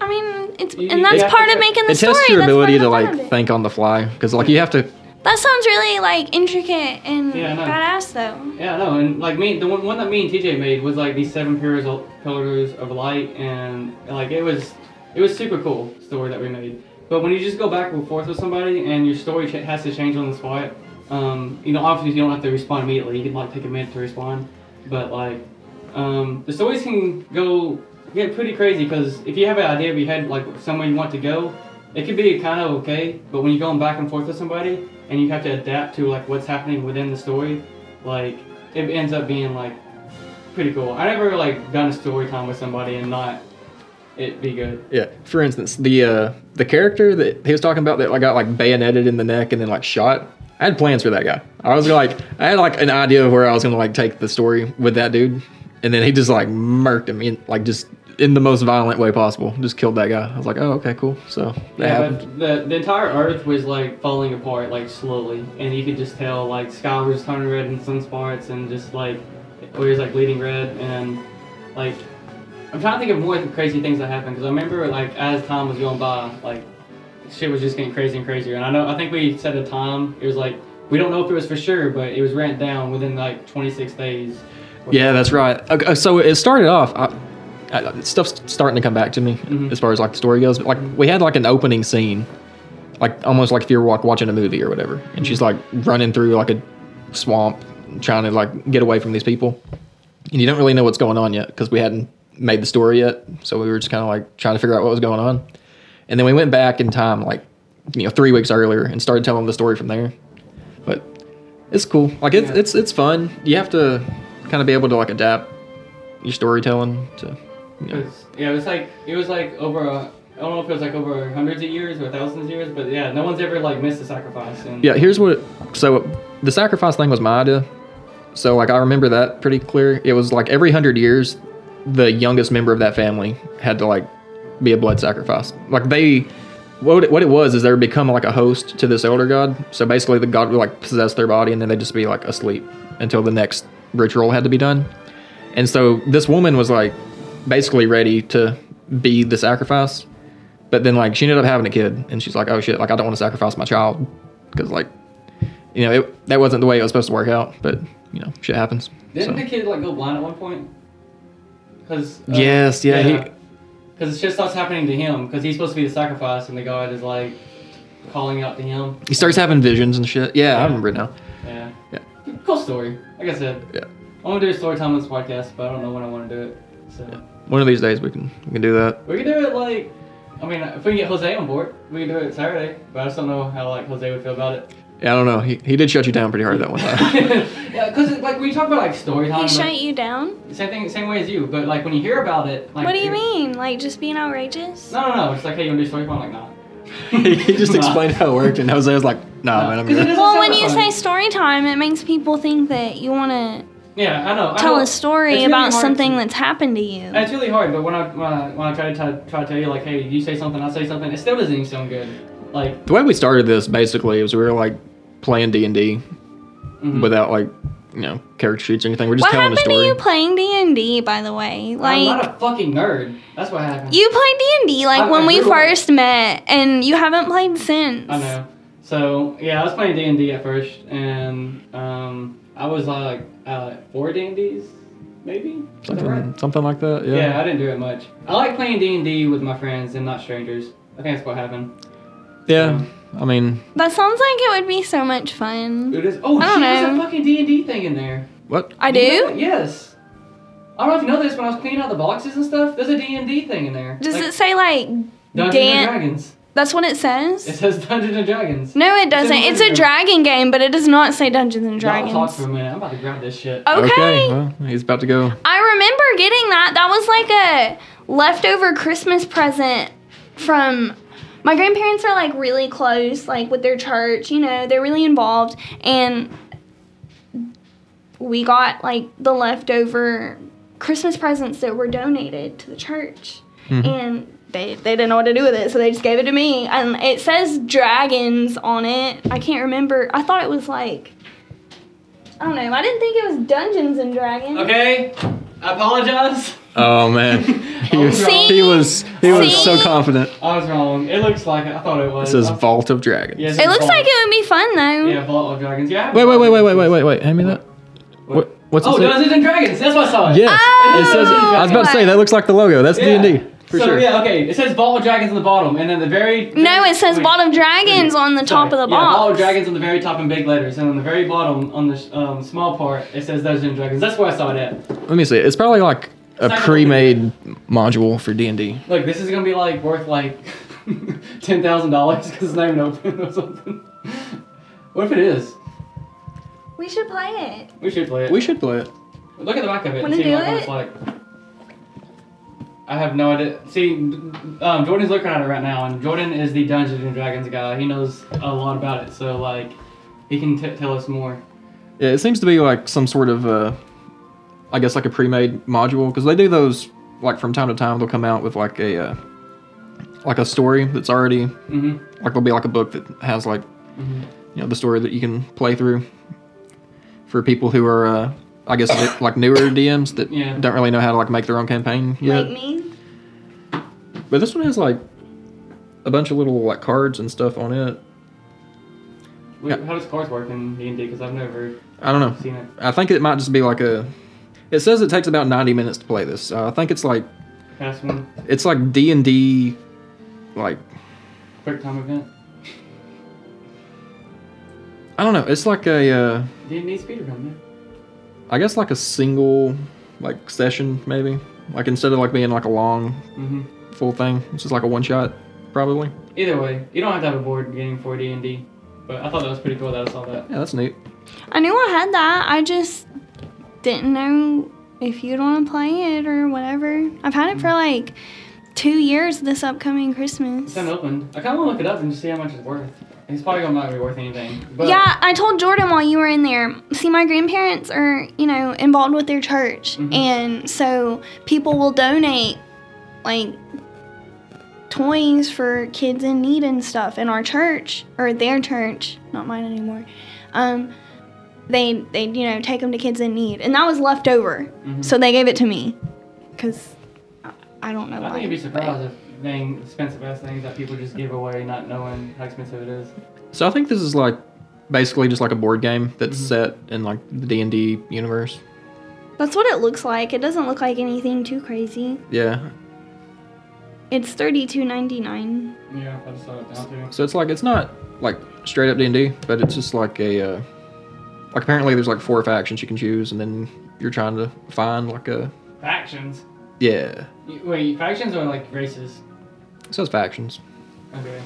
I mean it's You- and that's yeah. part of making the It story. tests your That's part ability of to the fun like of it. think on the fly because like you have to. That sounds really like intricate and Yeah, I know. badass though. Yeah, no, and like me, the one, one that me and TJ made was like these seven pillars of, pillars of light, and like it was, it was super cool story that we made. But when you just go back and forth with somebody, and your story ch- has to change on the spot, um, you know, obviously you don't have to respond immediately. You can like take a minute to respond, but like, um, the stories can go get pretty crazy because if you have an idea of your head like somewhere you want to go, it could be kind of okay. But when you're going back and forth with somebody, and you have to adapt to like what's happening within the story, like it ends up being like pretty cool. I never like done a story time with somebody and not it be good. Yeah. For instance, the uh, the character that he was talking about that like got like bayoneted in the neck and then like shot. I had plans for that guy. I was like, I had like an idea of where I was gonna like take the story with that dude, and then he just like murked him in like just in the most violent way possible. Just killed that guy. I was like, oh okay, cool. So that Yeah, but happened. the the entire Earth was like falling apart like slowly, and you could just tell like sky was turning red in some spots, and just like it was like bleeding red, and like I'm trying to think of more crazy things that happened because I remember like as time was going by, like shit was just getting crazy and crazier. And I know I think we said the time it was like we don't know if it was for sure, but it was ramped down within like 26 days. Yeah, that's right. Okay, so it started off. I, I, uh, stuff's starting to come back to me as far as like the story goes. But like we had like an opening scene, like almost like if you're wa- watching a movie or whatever, and she's like running through like a swamp, trying to like get away from these people, and you don't really know what's going on yet because we hadn't made the story yet. So we were just kind of like trying to figure out what was going on, and then we went back in time, like you know, three weeks earlier, and started telling the story from there. But it's cool. Like it's Yeah. it's it's fun. You have to kind of be able to like adapt your storytelling to. You know. It's- yeah, it was like it was like over. A, I don't know if it was like over hundreds of years or thousands of years, but yeah, no one's ever like missed a sacrifice. And Yeah, here's what. So the sacrifice thing was my idea. So like I remember that pretty clear. It was like every hundred years, the youngest member of that family had to like be a blood sacrifice. Like they, what it, what it was is they would become like a host to this elder god. So basically, the god would like possess their body, and then they'd just be like asleep until the next ritual had to be done. And so this woman was like basically ready to be the sacrifice. But then like she ended up having a kid and she's like, oh shit, like I don't want to sacrifice my child because like, you know, it, that wasn't the way it was supposed to work out. But you know, shit happens. So- Didn't the kid like go blind at one point? Because Yes, yeah, he- Because it just starts happening to him because he's supposed to be the sacrifice, and the god is like calling out to him. he starts having visions and shit. Yeah, I Yeah. remember now. Yeah. Yeah. Cool story. Like I said, Yeah. I want to do a story time on this podcast, but I don't know when I want to do it. So One of these days we can we can do that. we can do it like. I mean, if we can get Jose on board, we can do it Saturday. But I just don't know how like Jose would feel about it. Yeah, I don't know. He, he did shut you down pretty hard that one time. yeah, because like when you talk about like story time, He like, shut you down. same thing, same way as you. But like when you hear about it, like What do you it- mean? Like just being outrageous? No, no, no. It's like, hey, you want to do story time? I'm like, nah. he just Nah. explained how it worked, and Jose was like, Nah, Nah. man, I'm 'Cause it good. doesn't Well, sound when you fun. say story time, it makes people think that you want to yeah, I know. I tell know. a story It's really about hard something to- that's happened to you. It's really hard, but when I when I, when I try to t- try to tell you like, hey, you say something, I say something, it still doesn't even sound good. Like, The way we started this basically was we were like playing D and D mhm. without like you know character sheets or anything. We're just Hmm. What telling a happened to story. you playing D and D? By the way, I'm like not a fucking nerd. That's what happened. you played D and D I- like I when we grew up. first met, and you haven't played since. I know. So yeah, I was playing D and D at first, and um, I was like uh, four D and Ds, maybe. Is that something, right? something like that. Yeah. Yeah. I didn't do it much. I like playing D and D with my friends and not strangers. I think that's what happened. Yeah, I mean, That sounds like it would be so much fun. It is. Oh, I shit, don't there's a know. fucking D and D thing in there. what? I You know- do. yes. I don't know if you know this. When I was cleaning out the boxes and stuff, there's a D and D thing in there. Does Like, it say like Dungeons and Dan? Dragons? That's what it It says. says Dungeons and Dragons. No, it doesn't. in It's a Dungeons. dragon game, but it does not say Dungeons and Y'all talk for Dragons. a minute. I'm about to grab this shit. Okay. well, he's about to go. I remember getting that. That was like a leftover Christmas present from my grandparents are like really close, like with their church, you know, they're really involved. And we got like the leftover Christmas presents that were donated to the church. And they, they didn't know what to do with it, so they just gave it to me. And it says dragons on it. I can't remember. I thought it was like, I don't know. I didn't think it was Dungeons and Dragons. Okay, I apologize. Oh man, he was See? he was, he was so See? confident. I was wrong. It looks like it. I thought it was. It says I- Vault of Dragons. Yeah, It looks like it would be fun though. Yeah, Vault of Dragons. Yeah. I have Wait, wait, wait, wait, wait, Dragons. wait, wait, wait. Hand me that. What, what's Oh, it say? Dungeons and Dragons. That's what I saw. It. Yes. Oh, it says, I was about to say, that looks like the logo. That's Yeah. D&D. For so sure. yeah, okay. It says Vault of Dragons on the bottom, and then the very No, it says wait. Bottom Dragons on the top of the Yeah, box. Vault of Dragons on the very top in big letters, and on the very bottom on the sh- um, small part it says Dungeons and Dragons. That's where I saw it at. Let me see. It's probably like not a gonna pre-made module for D&D. Look, this is gonna be like worth like ten thousand dollars because it's not even open or something. What if it is? We should play it. We should play it. We should play it. Look at the back of it. and Wanna see do what it? it's like. I have no idea. See, um, Jordan's looking at it right now, and Jordan is the Dungeons and Dragons guy. He knows a lot about it, so like, he can t- tell us more. Yeah, it seems to be like some sort of, uh, I guess, like a pre-made module because they do those like from time to time. They'll come out with like a uh, like a story that's already hmm like there'll be like a book that has like you know the story that you can play through for people who are uh, I guess like- like newer DMs that Yeah. don't really know how to like make their own campaign yet. Like me. But this one has like a bunch of little like cards and stuff on it. Wait, How does cards work in D and D? Because I've never I don't know. seen it. I think it might just be like a. It says it takes about ninety minutes to play this. So I think it's like Past one it's like D and D, like quick time event. I don't know. It's like a, uh, D and D speedrun, man. I guess like a single like session maybe. Like instead of like being like a long hmm full thing, it's just like a one shot probably. Either way, you don't have to have a board game for D and D. But I thought that was pretty cool that I saw that. Yeah, that's neat. I knew I had that. I just didn't know if you'd want to play it or whatever. I've had it for like two years this upcoming Christmas. It's unopened. I kind of want to look it up and just see how much it's worth. It's probably gonna not be worth anything. But Yeah, I told Jordan while you were in there. See, my grandparents are, you know, involved with their church, Mhm. and so people will donate like toys for kids in need and stuff. And our church, or their church, not mine anymore, um, they they you know take them to kids in need, and that was left over, Mhm. so they gave it to me, cause I, I don't know I why. think you'd be but- surprised if dang expensive ass things that people just give away not knowing how expensive it is. So I think this is like basically just like a board game that's Mhm. set in like the D and D universe. That's what it looks like. It doesn't look like anything too crazy. Yeah. It's thirty two ninety nine. Yeah, I just saw it down too. So it's like it's not like straight up D and D, but it's just like a uh, like apparently there's like four factions you can choose, and then you're trying to find like a Factions. yeah. You- Wait, factions are like races. It says factions. Okay.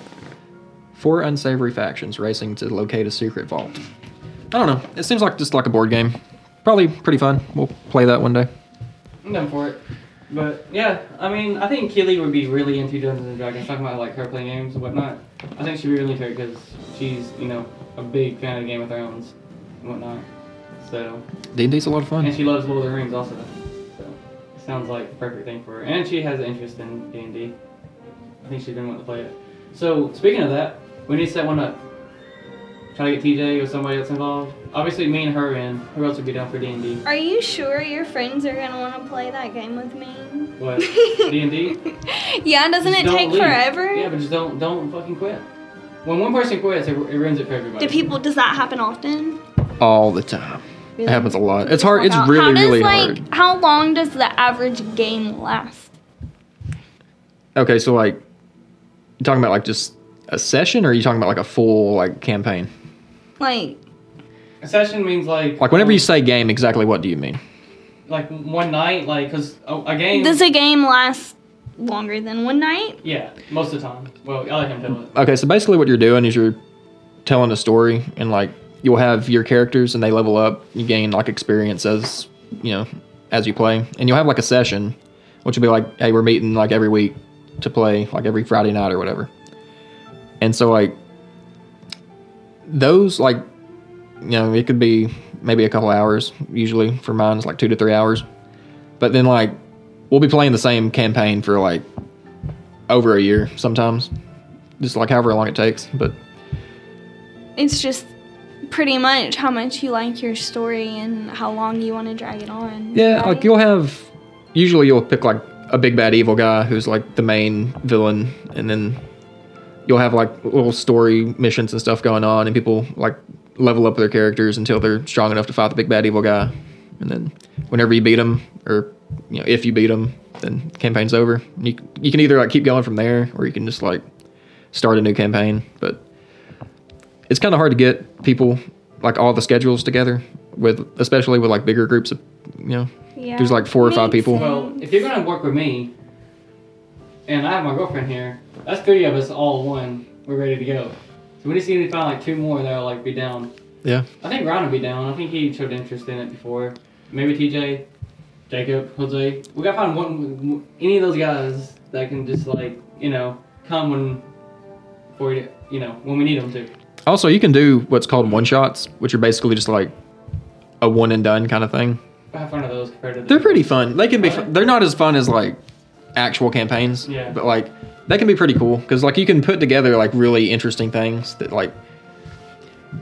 Four unsavory factions racing to locate a secret vault. I don't know. It seems like just like a board game. Probably pretty fun. We'll play that one day. I'm done for it. But yeah, I mean, I think Keely would be really into Dungeons and Dragons. Talking about like her playing games and whatnot, I think she'd be really into it because she's you know a big fan of Game of Thrones and whatnot. So D and D's a lot of and fun. she loves Lord of the Rings also. So it sounds like the perfect thing for her. And she has an interest in D and D. I think she's been wanting to play it. So speaking of that, we need to set one up. Try to get TJ or somebody else involved. Obviously, me and her and who else would be down for D and D? Are you sure your friends are gonna want to play that game with me? What D and D? Yeah, doesn't Just it don't take leave. forever? Yeah, but just don't don't fucking quit. When one person quits, it, it ruins it for everybody. Do people? Does that happen often? All the time. It Really? happens a lot. It's hard. It's How- really how does, really like, hard. How long does the average game last? Okay, so like, you talking about like just a session, or are you talking about like a full like campaign? Like, a session means like Like whenever you say game, exactly what do you mean? like one night, like because a, a game. does a game last longer than one night? yeah, most of the time. Well, I let him tell it. Okay, so basically what you're doing is you're telling a story, and like you'll have your characters, and they level up. You gain like experience as you know as you play, and you'll have like a session, which will be like, hey, we're meeting like every week to play, like every Friday night or whatever. And so like those like you know, it could be maybe a couple hours usually for mine it's like 2 to 3 hours. But then like we'll be playing the same campaign for like over a year sometimes. Just like however long it takes, but It's just pretty much how much you like your story and how long you want to drag it on. Yeah, right? like you'll have. Usually, you'll pick like a big bad evil guy who's like the main villain, and then you'll have like little story missions and stuff going on, and people like level up their characters until they're strong enough to fight the big bad evil guy, and then whenever you beat him, or you know if you beat him, then campaign's over. You you can either like keep going from there, or you can just like start a new campaign, but it's kind of hard to get people like all the schedules together with especially with like bigger groups of you know Yeah. there's like four or five Makes people. sense. Well, if you're gonna work with me, and I have my girlfriend here, that's three of us all one. We're ready to go. So we just need to find like two more that'll like be down. yeah I think Ron will be down. I think he showed interest in it before. Maybe TJ, Jacob, Jose. We gotta find one, any of those guys that can just like you know come when, for you know when we need them to. also you can do what's called one shots which are basically just like a one and done kind of thing I have fun of those compared to. The they're pretty fun they can be fun. they're not as fun as like actual campaigns Yeah. but like they can be pretty cool because like you can put together like really interesting things that like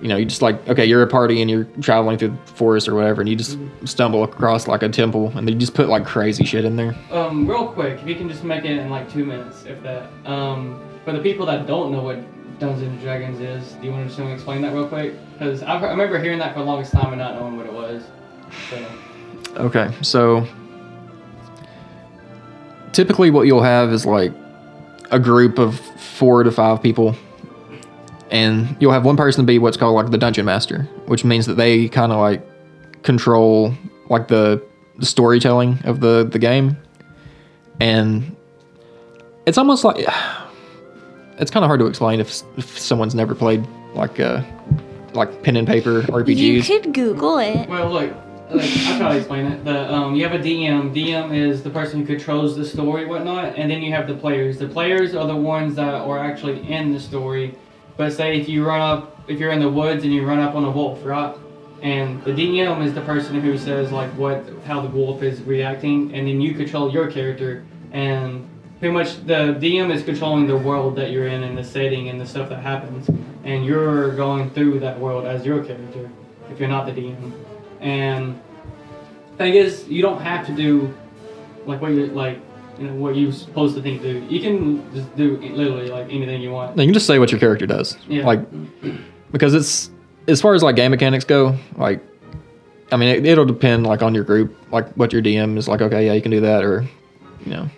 you know you just like okay you're a party and you're traveling through the forest or whatever and you just stumble across like a temple and they just put like crazy shit in there Um, real quick, if you can just make it in like two minutes, if that. Um, for the people that don't know what Dungeons and Dragons is, do you want to just explain that real quick? Because I, I remember hearing that for the longest time and not knowing what it was. So, Okay, so typically what you'll have is like a group of four to five people, and you'll have one person be what's called like the dungeon master, which means that they kind of like control like the, the storytelling of the the game, and it's almost like it's kind of hard to explain if, if someone's never played like uh like pen and paper RPGs. You could Google it. well, look, like, I'll try to explain it. The um, you have a DM. DM is the person who controls the story, whatnot, and then you have the players. The players are the ones that are actually in the story. But say if you run up, if you're in the woods and you run up on a wolf, right? And the DM is the person who says like what, how the wolf is reacting, and then you control your character. And pretty much the DM is controlling the world that you're in and the setting and the stuff that happens. And you're going through that world as your character, if you're not the DM. And thing is, you don't have to do like what you like, you know, what you're supposed to think to do. You can just do literally like anything you want. No, you can just say what your character does. Yeah. Like, because it's as far as like game mechanics go, like, I mean, it, it'll depend like on your group, like what your DM is like. Okay, yeah, you can do that, or you know,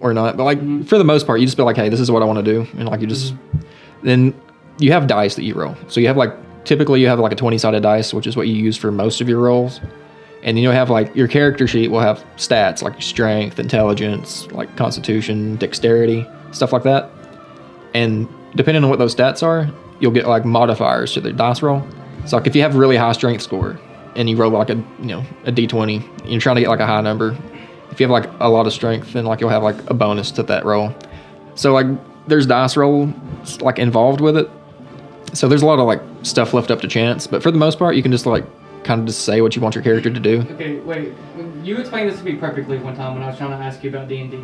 or not. But like for the most part, you just be like, hey, this is what I want to do, and like you just then you have dice that you roll. So you have like typically you have like a twenty sided dice, which is what you use for most of your rolls. And then you'll have like your character sheet will have stats like your strength, intelligence, like constitution, dexterity, stuff like that and depending on what those stats are, you'll get like modifiers to their dice roll. So like if you have a really high strength score and you roll like a you know a d20, and you're trying to get like a high number. If you have like a lot of strength, then like you'll have like a bonus to that roll. So like there's dice roll like involved with it. So there's a lot of like stuff left up to chance, but for the most part, you can just like kind of just say what you want your character to do. Okay, wait. You explained this to me perfectly one time when I was trying to ask you about D and D,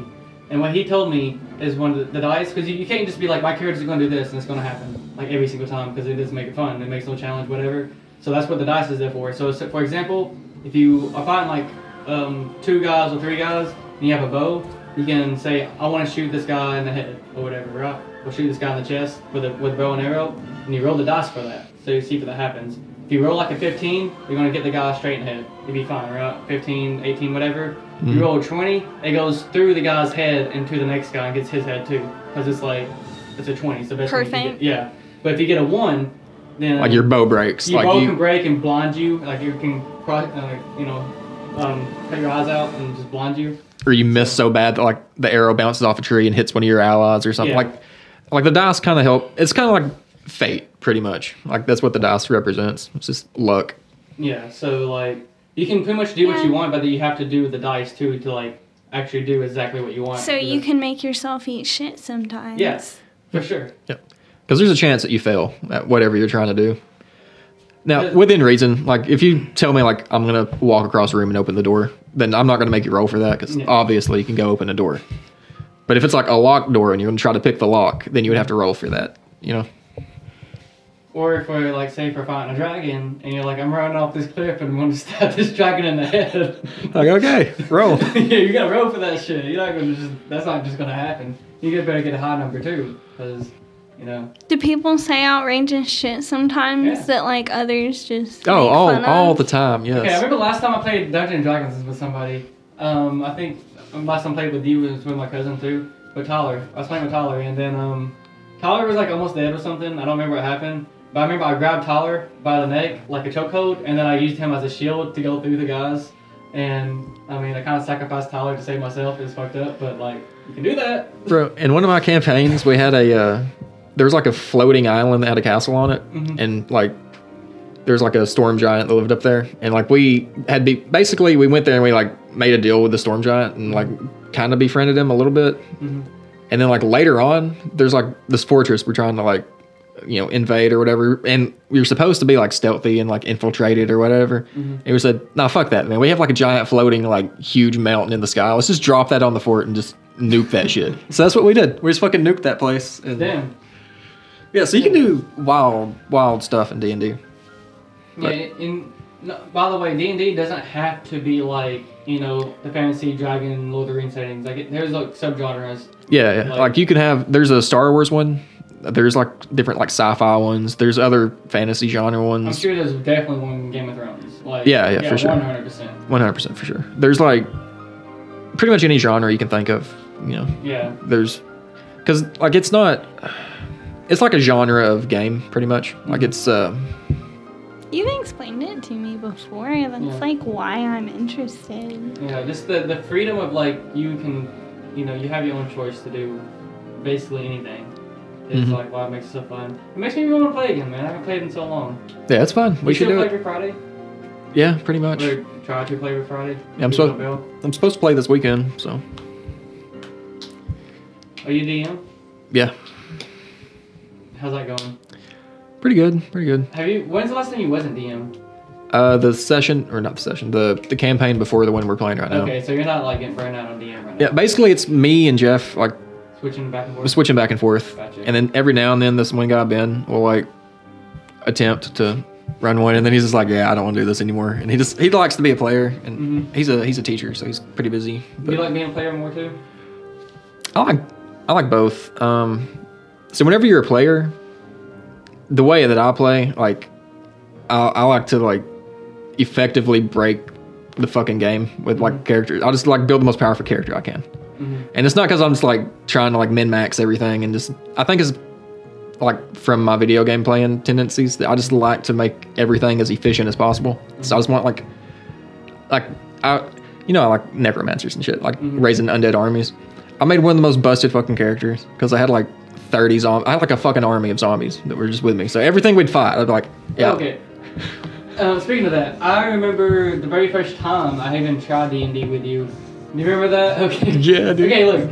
and what he told me is one of the, the dice because you, you can't just be like my character's going to do this and it's going to happen like every single time because it doesn't make it fun. It makes no challenge, whatever. So that's what the dice is there for. So, so for example, if you are fighting like um, two guys or three guys and you have a bow, you can say I want to shoot this guy in the head or whatever, right? Or shoot this guy in the chest with a with bow and arrow, and you roll the dice for that. So you see if that happens. If you roll like a 15, you're going to get the guy straight in the head. You'll be fine, right? 15, 18, whatever. Mm-hmm. You roll a 20, it goes through the guy's head and to the next guy and gets his head too. Because it's like, it's a 20. It's the best one you can Perfect. get. Yeah. But if you get a 1, then. Like your bow breaks, Your like bow you, can break and blind you. Like you can, pro- uh, you know, um, cut your eyes out and just blind you. or you miss so bad that like the arrow bounces off a tree and hits one of your allies or something Yeah. like like the dice kind of help it's kind of like fate pretty much like that's what the dice represents it's just luck Yeah, so like you can pretty much do what you Yeah. want, but you have to do the dice too to like actually do exactly what you want. So you can make yourself eat shit sometimes. Yes, for sure. yep because there's a chance that you fail at whatever you're trying to do. Now, Yeah. within reason, like if you tell me like I'm gonna walk across the room and open the door, then I'm not gonna make you roll for that because Yeah. obviously you can go open a door. But if it's like a locked door and you're gonna try to pick the lock, then you would have to roll for that. You know? Or if we're like, say, for fighting a dragon, and you're like, I'm running off this cliff and want to stab this dragon in the head. Like okay, roll. yeah, you gotta roll for that shit. You're not gonna just. That's not just gonna happen. You get better get a high number too, because you know. Do people say outrageous shit sometimes Yeah. that like others just oh, make all fun all of? the time. Yes. Okay, I remember last time I played Dungeons and Dragons with somebody. Um, I think last time I played with you was with my cousin too, with Tyler. I was playing with Tyler, and then um, Tyler was like almost dead or something. I don't remember what happened, but I remember I grabbed Tyler by the neck like a chokehold, and then I used him as a shield to go through the guys. And I mean, I kind of sacrificed Tyler to save myself. It was fucked up, but like you can do that. Bro, in one of my campaigns, we had a uh, there was like a floating island that had a castle on it, and like there's like a storm giant that lived up there, and like we had be basically we went there and we like made a deal with the storm giant and like kind of befriended him a little bit, and then like later on, there's like this fortress we're trying to like you know invade or whatever, and we were supposed to be like stealthy and like infiltrated or whatever, and we said, nah, fuck that, man, we have like a giant floating like huge mountain in the sky, let's just drop that on the fort and just nuke that shit. so that's what we did. We just fucking nuked that place. And, Damn. yeah, so you can do wild, wild stuff in D and D. Yeah, and no, by the way, D and D doesn't have to be like you know the fantasy dragon Lord of the Rings settings. Like it, there's like subgenres. Yeah, yeah. Like- like you can have. There's a Star Wars one. There's like different like sci-fi ones. There's other fantasy genre I'm ones. sure there's definitely one in Game of Thrones. Like Yeah, yeah, for sure. one hundred percent. One hundred percent for sure. There's like pretty much any genre you can think of. You know, Yeah, there's because like it's not. It's like a genre of game, pretty much. Mm-hmm. Like it's. Uh, You've explained it to me before, and that's Yeah. like why I'm interested. yeah. Just the the freedom of like you can, you know, you have your own choice to do basically anything. It's Mhm. like why it makes it so fun. It makes me want to play again, man. I haven't played in so long. yeah, it's fun. We you should still do play it. every Friday. Yeah, pretty much. Or try to play every Friday. Yeah, I'm Give so- it a bell. I'm supposed to play this weekend, so Are you DM? yeah, How's that going? pretty good, pretty good. Have you? When's the last time you wasn't DM? Uh, the session or not the session, the the campaign before the one we're playing right now. Okay, so you're not like getting burned out on DM right now. Yeah, basically it's me and Jeff like Switching back and forth. switching back and forth, Gotcha. and then every now and then this one guy Ben will like attempt to run one, and then he's just like, yeah, I don't want to do this anymore, and he just he likes to be a player, and Mhm. he's a he's a teacher, so he's pretty busy. Do But you like being a player more too? I like I like both. Um, so whenever you're a player, the way that I play, like I, I like to like effectively break the fucking game with like characters. I'll just like build the most powerful character I can. And it's not because I'm just like trying to like min max everything and just I think it's like from my video game playing tendencies that I just like to make everything as efficient as possible. So I just want like like I you know I like necromancers and shit like raising undead armies. I made one of the most busted fucking characters because I had like 30 zombies. I had like a fucking army of zombies that were just with me. So everything we'd fight, I'd be like, yeah, Okay. Um, speaking of that, I remember the very first time I even tried D and D with you. Do you remember that? Okay. Yeah, I do. Okay, look.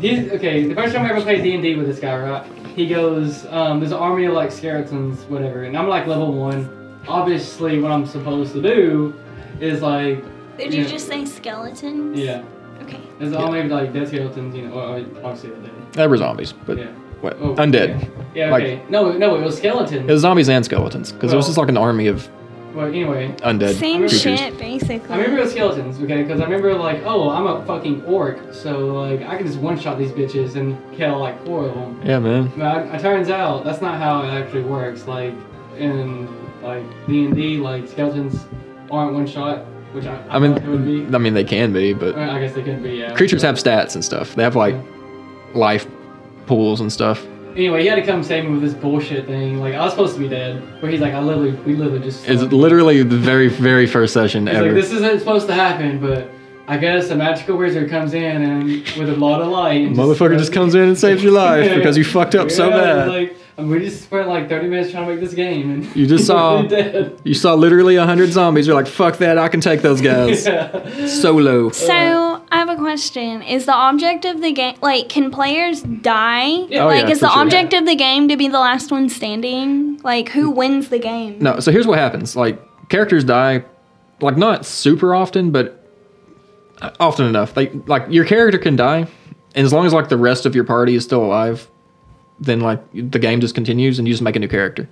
He's okay. The first time I ever played D and D with this guy, right? He goes, um, "There's an army of like skeletons, whatever," and I'm like level one. Obviously, what I'm supposed to do is like, Did you you Yeah. just just say skeletons? yeah, Okay. there's an army of like dead skeletons, you know, well, obviously they're dead. they were zombies, but Yeah. what? Oh, undead. Yeah, yeah Like- okay. no, no, it was skeletons. It was zombies and skeletons because it was Well- just like an army of well, anyway, undead Same creatures. shit, basically. I remember the skeletons, okay? Because I remember like, oh, I'm a fucking orc, so like I can just one shot these bitches and kill like four of them. Yeah, man. But it turns out that's not how it actually works. Like in like D and D, like skeletons aren't one shot, which I, I, I mean, thought it would be. I mean, they can be, but Well, I guess they could be. Yeah. creatures have stats and stuff. They have like life pools and stuff. Anyway, he had to come save me with this bullshit thing. Like I was supposed to be dead, but he's like, I literally, we literally just. It's literally the very, very first session He's ever. like, this isn't supposed to happen, but I guess a magical wizard comes in and with a lot of light. and Motherfucker just comes in and saves your life Yeah. because you fucked up so Yeah, bad. Like, I mean, we just spent like 30 minutes trying to make this game, and You just saw- we did. you saw literally a hundred zombies. You're like, fuck that, I can take those guys Yeah. solo. So I have a question. Is the object of the game like can players die? Yeah. Oh, like yeah, is the for sure. object of the game to be the last one standing? Like who wins the game? No, so here's what happens. Like characters die, like not super often, but uh, often enough. They like your character can die, and as long as like the rest of your party is still alive, then like the game just continues, and you just make a new character.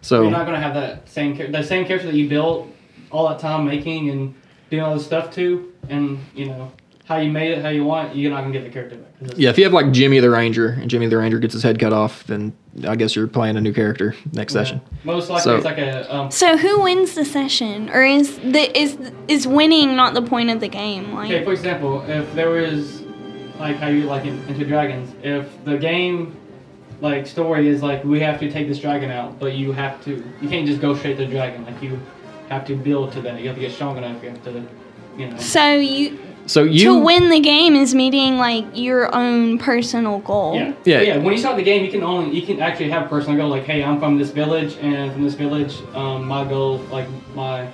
So You're not gonna have that same char- the same character that you built all that time making and doing all this stuff to, and you know how you made it, how you want. You're not gonna get the character back. 'Cause it's- yeah, if you have like Jimmy the Ranger, and Jimmy the Ranger gets his head cut off, then I guess you're playing a new character next session. Most likely, So- it's like a um, So who wins the session, or is the is is winning not the point of the game? Like Okay, for example, if there was like how you like in Into Dragons, if the game like story is like we have to take this dragon out, but you have to you can't just go straight to the dragon. Like you have to build to that. You have to get strong enough. You have to, you know. so you, So you to win the game is meeting like your own personal goal. Yeah. Yeah. yeah. When you start the game, you can only you can actually have a person go like, "Hey, I'm from this village, and from this village, um, my goal, like my,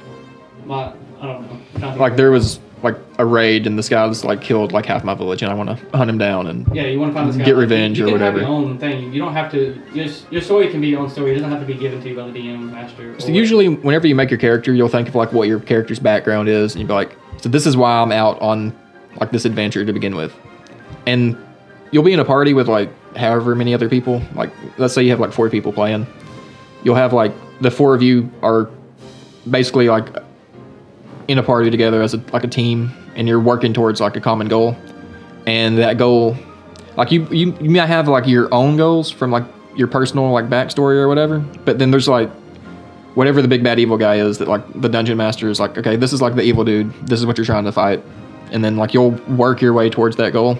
my, I don't know." I'm trying to- like there was like a raid, and this guy was like killed like half my village, and I want to hunt him down and Yeah, you want to find this guy. Get Like, revenge you, or you whatever. You can have your own thing. You don't have to. Your, your story can be your own story. It doesn't have to be given to you by the DM master. or- So usually, whenever you make your character, you'll think of like what your character's background is, and you'll be like, "So this is why I'm out on like this adventure to begin with." And you'll be in a party with like however many other people. Like, let's say you have like four people playing, you'll have like the four of you are basically like in a party together as a, like a team, and you're working towards like a common goal. And that goal, like you, you, you might have like your own goals from like your personal like backstory or whatever, but then there's like whatever the big bad evil guy is that like the dungeon master is like okay this is like the evil dude this is what you're trying to fight and then like you'll work your way towards that goal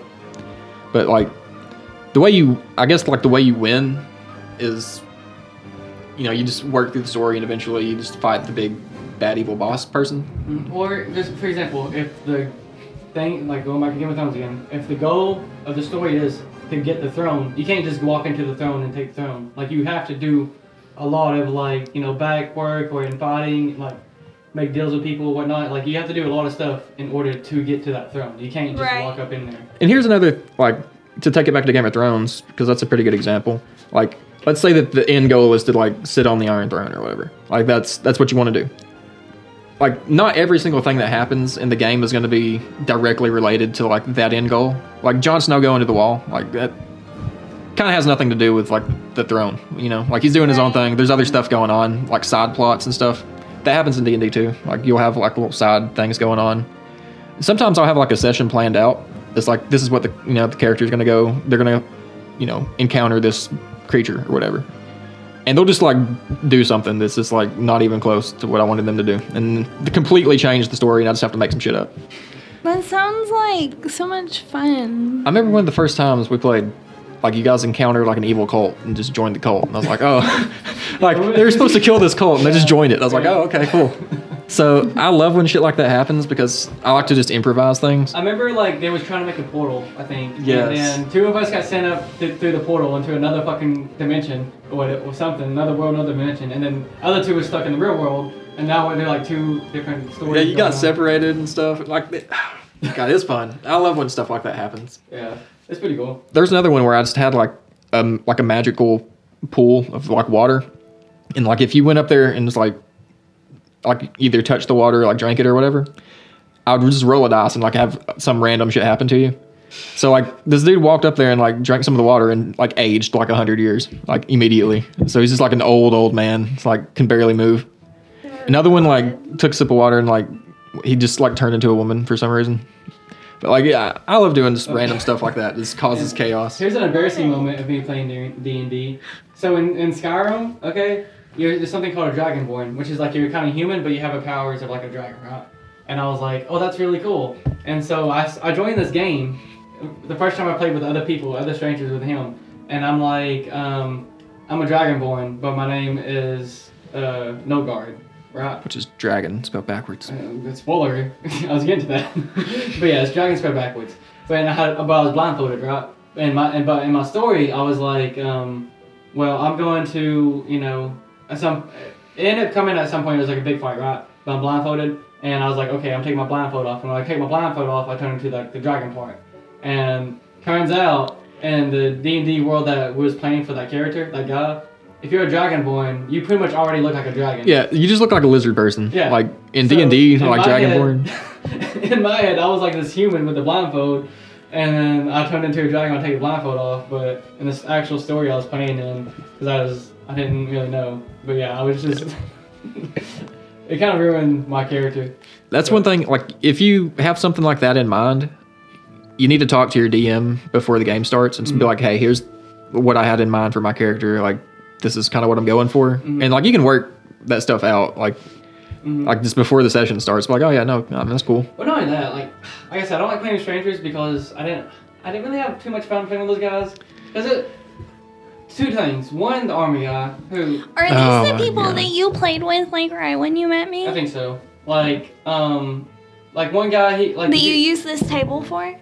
but like the way you i guess like the way you win is you know you just work through the story and eventually you just fight the big bad evil boss person Mm-hmm. Or just for example, if the thing like going back to Game of Thrones again, if the goal of the story is to get the throne, you can't just walk into the throne and take the throne. Like you have to do a lot of like you know back work or in fighting, like make deals with people, whatnot. Like you have to do a lot of stuff in order to get to that throne. You can't just Right. walk up in there. and here's another like to take it back to game of thrones because that's a pretty good example like let's say that the end goal is to like sit on the iron throne or whatever like that's that's what you want to do like not every single thing that happens in the game is going to be directly related to like that end goal. Like Jon Snow going to the wall, like that kind of has nothing to do with like the throne, you know? Like he's doing his own thing. There's other stuff going on, like side plots and stuff. That happens in D&D too. Like you'll have like little side things going on. Sometimes I'll have like a session planned out. It's like this is what the you know the character's going to go. They're going to, you know, encounter this creature or whatever and they'll just like do something that's just like not even close to what I wanted them to do, and they completely change the story, and I just have to make some shit up. That sounds like so much fun. I remember one of the first times we played, like you guys encountered like an evil cult and just joined the cult, and I was like, oh, like they were supposed to kill this cult, and they just joined it. I was like, oh, okay, cool. So I love when shit like that happens because I like to just improvise things. I remember like they was trying to make a portal, I think. Yes. And then two of us got sent up th- through the portal into another fucking dimension or, what- or something, another world, another dimension, and then other two were stuck in the real world, and now they're like two different stories. Yeah, you going got on. separated and stuff. Like, God, it's fun. I love when stuff like that happens. Yeah, it's pretty cool. there's another one where I just had like um like a magical pool of like water, and like if you went up there and just like like either touched the water, or, like drank it or whatever, I would just roll a dice and like have some random shit happen to you. So like this dude walked up there and like drank some of the water and like aged like hundred years like immediately. So he's just like an old old man. It's like can barely move. Another one like took a sip of water and like he just like turned into a woman for some reason. But like yeah, I love doing just random stuff like that. It just causes chaos. Here's an embarrassing moment of me playing D and D. So in, in Skyrim, okay, you're, there's something called a Dragonborn, which is like you're kind of human, but you have the powers of like a dragon, right? And I was like, oh, that's really cool. And so I, s- I joined this game, the first time I played with other people, other strangers with him, and I'm like, um, I'm a Dragonborn, but my name is uh, No Guard, right? which is dragon spelled backwards. Uh, spoiler. I was getting to that. but yeah, it's Dragon Spread backwards. But and I had, but I was blindfolded, right? And my and but in my story, I was like, um, well, I'm going to, you know, at some. It ended up coming at some point. It was like a big fight, right? But I'm blindfolded, And I was like, okay, I'm taking my blindfold off. And when I take my blindfold off, I turn into like the dragon part. And turns out, in the D and D world that we was playing for that character, that guy, if you're a dragonborn, you pretty much already look like a dragon. Yeah, you just look like a lizard person. Yeah. Like in So, D and D, like my head- Dragonborn. in my head, I was like this human with the blindfold, and then I turned into a dragon. I take the blindfold off, but in this actual story I was playing in, because I was I didn't really know, but yeah, I was just. it kind of ruined my character. That's one thing. Like if you have something like that in mind, you need to talk to your DM before the game starts and be Mm-hmm. like, "Hey, here's what I had in mind for my character. Like this is kind of what I'm going for." Mm-hmm. And like you can work that stuff out. Like like just before the session starts. Like, oh yeah, no, I mean, that's cool. But not only that, like, like I said, I don't like playing with strangers because I didn't, I didn't really have too much fun playing with those guys. Cause it, two things. One, the army guy, who Are these Oh the my people God. that you played with, like right when you met I me, think so. Like, um, like one guy, he like that you he- used this table for?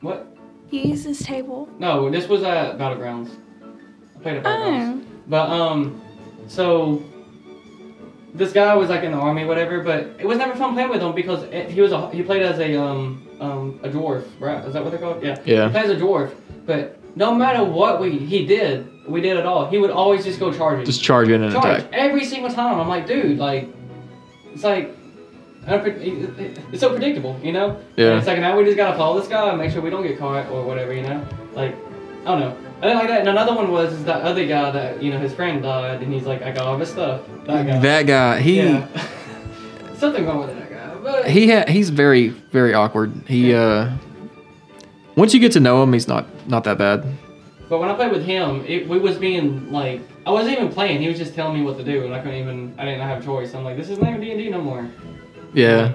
what? You used this table. No, this was at Battlegrounds. I played at Battlegrounds. Oh, But um, so this guy was like in the army, whatever. But it was never fun playing with him because it, he was a, he played as a um um a dwarf, right? Is that what they're called? Yeah. Yeah. He played as a dwarf, but no matter what we he did, we did it all. He would always just go charging. Just charge in and charge attack. every single time. I'm like, dude, like it's like. unpre- It's so predictable, you know. Yeah. And it's like now we just gotta follow this guy and make sure we don't get caught or whatever, you know. Like, I don't know. I didn't like that. And another one was is that other guy that you know his friend died and he's like, I got all this stuff. That guy. That guy, he yeah. Something wrong with that guy. But he ha- he's very very awkward. He uh, once you get to know him, he's not not that bad. but when I played with him, it, we was being like, I wasn't even playing. He was just telling me what to do, and I couldn't even. I didn't have a choice. I'm like, this is not even D and D no more. Yeah.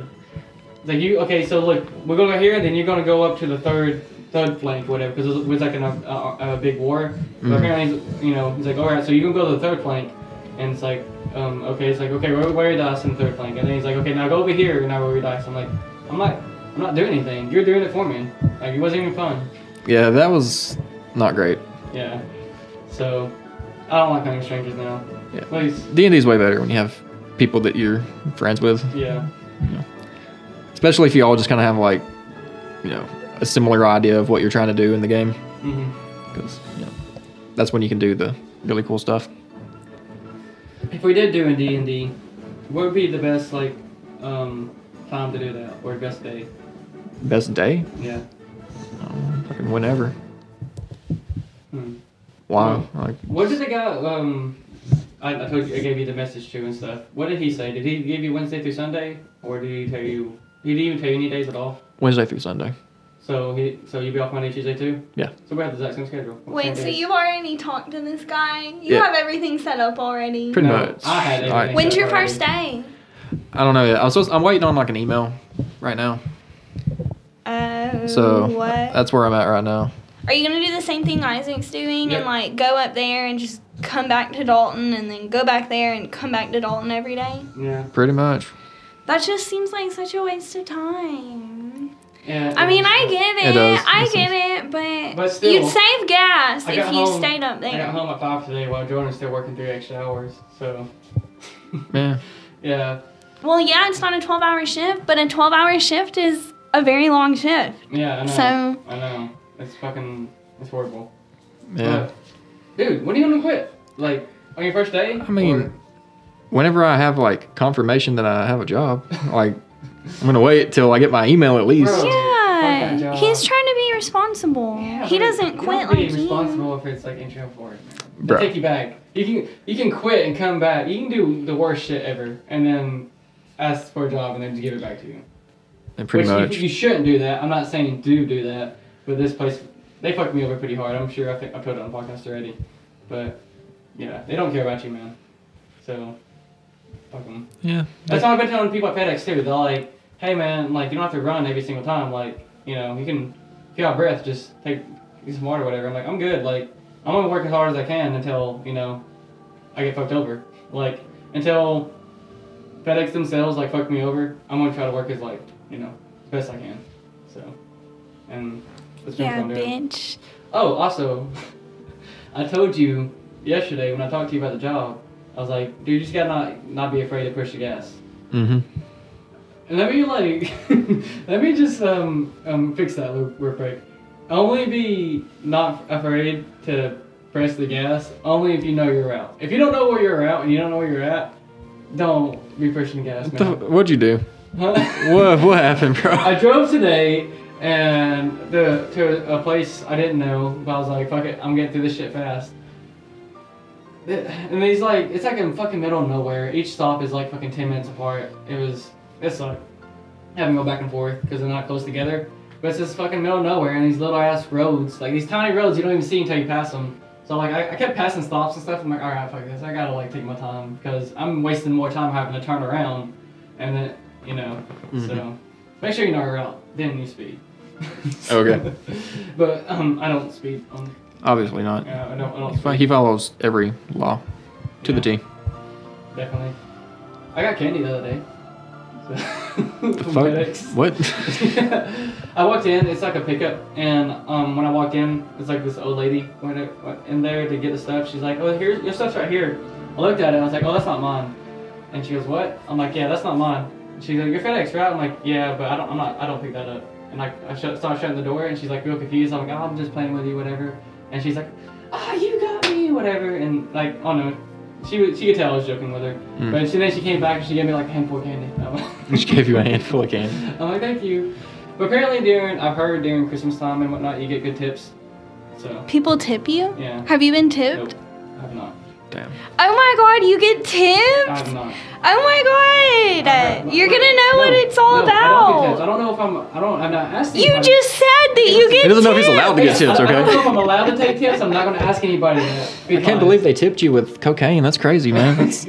Like you, okay, so look, we're gonna go here, and then you're gonna go up to the third, third flank, whatever, because it was like in a, a, a big war. Mm-hmm. So apparently, he's- you know, he's like, all right, so you can go to the third flank, and it's like, um, okay, it's like, okay, roll roll your dice in the third flank, and then he's like, okay, now go over here, and I roll your dice. I'm like, I'm not, I'm not doing anything. You're doing it for me. Like it wasn't even fun. Yeah, that was not great. Yeah. So, I don't like playing with strangers now. Yeah. At least, D and D is way better when you have people that you're friends with, yeah. especially if you all just kind of have like, you know, a similar idea of what you're trying to do in the game, hmm because you know, that's when you can do the really cool stuff. If we did do in D and D, what would be the best like um, time to do that or best day? Best day, Yeah. um, fucking whenever. Hmm. Wow, like What did the guy? Um, I, I told you, I gave you the message to and stuff. What did he say? Did he give you Wednesday through Sunday, or did he tell you? He didn't even tell you any days at all. Wednesday through Sunday. So he, so you'd be off Monday, Tuesday too. Yeah. So we have the exact same schedule. Same Wait, so days. you've already talked to this guy? You Yeah. have everything set up already. Pretty No, much. I had I- everything. When's your already. first day? I don't know. yet. I was supposed, I'm waiting on like an email right now, Oh, so what? that's where I'm at right now. Are you gonna do the same thing Isaac's doing Yeah. and like go up there and just come back to Dalton and then go back there and come back to Dalton every day? Yeah. Pretty much. That just seems like such a waste of time. Yeah. I mean, I get It it. does. I Makes get it, but, But still, you'd save gas I if you got home- stayed up I got there. home at five today while Jordan's still working three extra hours. So. Yeah. yeah. Well, yeah, it's not a 12 hour shift, but a 12 hour shift is a very long shift. Yeah. I know. So- I know. It's fucking. It's horrible. Yeah. But, dude, when are you gonna quit? Like on your first day? I mean, whenever I have like confirmation that I have a job, like I'm gonna wait till I get my email at least. Bro. Fuck Oh, that Yeah, job. he's trying to be responsible. he doesn't quit you do like be you. responsible if it's like intro for it. They Bro. take you back. You can you can quit and come back. You can do the worst shit ever, and then ask for a job and then just give it back to you. And pretty Which you- much. You, shouldn't do that. I'm not saying do do that, but this place they fucked me over pretty hard. I'm sure I think I put it on podcast already, but yeah, they don't care about you, man. So fuck them. yeah. That's how I've been telling people at FedEx too. They're like, "Hey man, like you don't have to run every single time. Like you know you can, if you're out of breath, just take get some water or whatever." I'm like, "I'm good. Like I'm gonna work as hard as I can until you know I get fucked over. Like until FedEx themselves like fuck me over. I'm gonna try to work as like you know best I can. So and that's been Yeah, what I'm doing. bitch. Oh, also, I told you yesterday when I talked to you about the job, I was like, dude, you just gotta not, not be afraid to push the gas. Mm-hmm. Let me like, let me just um um fix that real, real quick. Only be not afraid to press the gas. Only if you know your route. If you don't know where you're out and you don't know where you're at, don't be pushing the gas. The- Man. what'd you do? Huh? What what happened, bro? I drove today and the to a place I didn't know, but I was like, fuck it, I'm getting through this shit fast. And he's like, it's like in fucking middle of nowhere. Each stop is like fucking ten minutes apart. It was, it sucked. Having to go back and forth because they're not close together. But it's this fucking middle of nowhere and these little ass roads, like these tiny roads you don't even see until you pass them. So like I, I kept passing stops and stuff. I'm like, all right, fuck this. I gotta like take my time because I'm wasting more time having to turn around, and then you know. Mm-hmm. So make sure you know your route, then you speed. Okay. but um, I don't speed. Um, Obviously not. uh, I don't. I don't He fo- speed. He follows every law to the T. Definitely. I got candy the other day. So The from fuck? FedEx. What? I walked in. It's like a pickup, and um, when I walked in, it's like this old lady went in- went in there to get the stuff. She's like, "Oh, here's your stuff's right here." I looked at it. I was like, "Oh, that's not mine." And she goes, "What?" I'm like, "Yeah, that's not mine." And she's like, "Your FedEx, right?" I'm like, "Yeah, but I don't. I'm not. I don't pick that up." And I, I shut, started shutting the door, and she's like, real confused. I'm like, oh, "I'm just playing with you, whatever." And she's like, "Ah, you got me, whatever." And like, oh no, she was- she could tell I was joking with her, Mm. but she, then she came back and she gave me like a handful of candy. She gave you a handful of candy. I'm like, thank you. But apparently during, I've heard during Christmas time and whatnot, you get good tips. So, People tip you? Yeah. Have you been nope, tipped? I have not. Damn. Oh my god, you get I tipped? have not. Oh my I have god! not. You're gonna know No, what it's all no, I don't, get tips. I about. don't know if I'm, I don't, I'm not asking You anybody. just said that you get. He doesn't know if he's allowed to get tipped. tips, I, I don't know if okay? I'm allowed to take tips. I'm not going to ask anybody that. I can't believe they tipped you with cocaine. That's crazy, man. That's,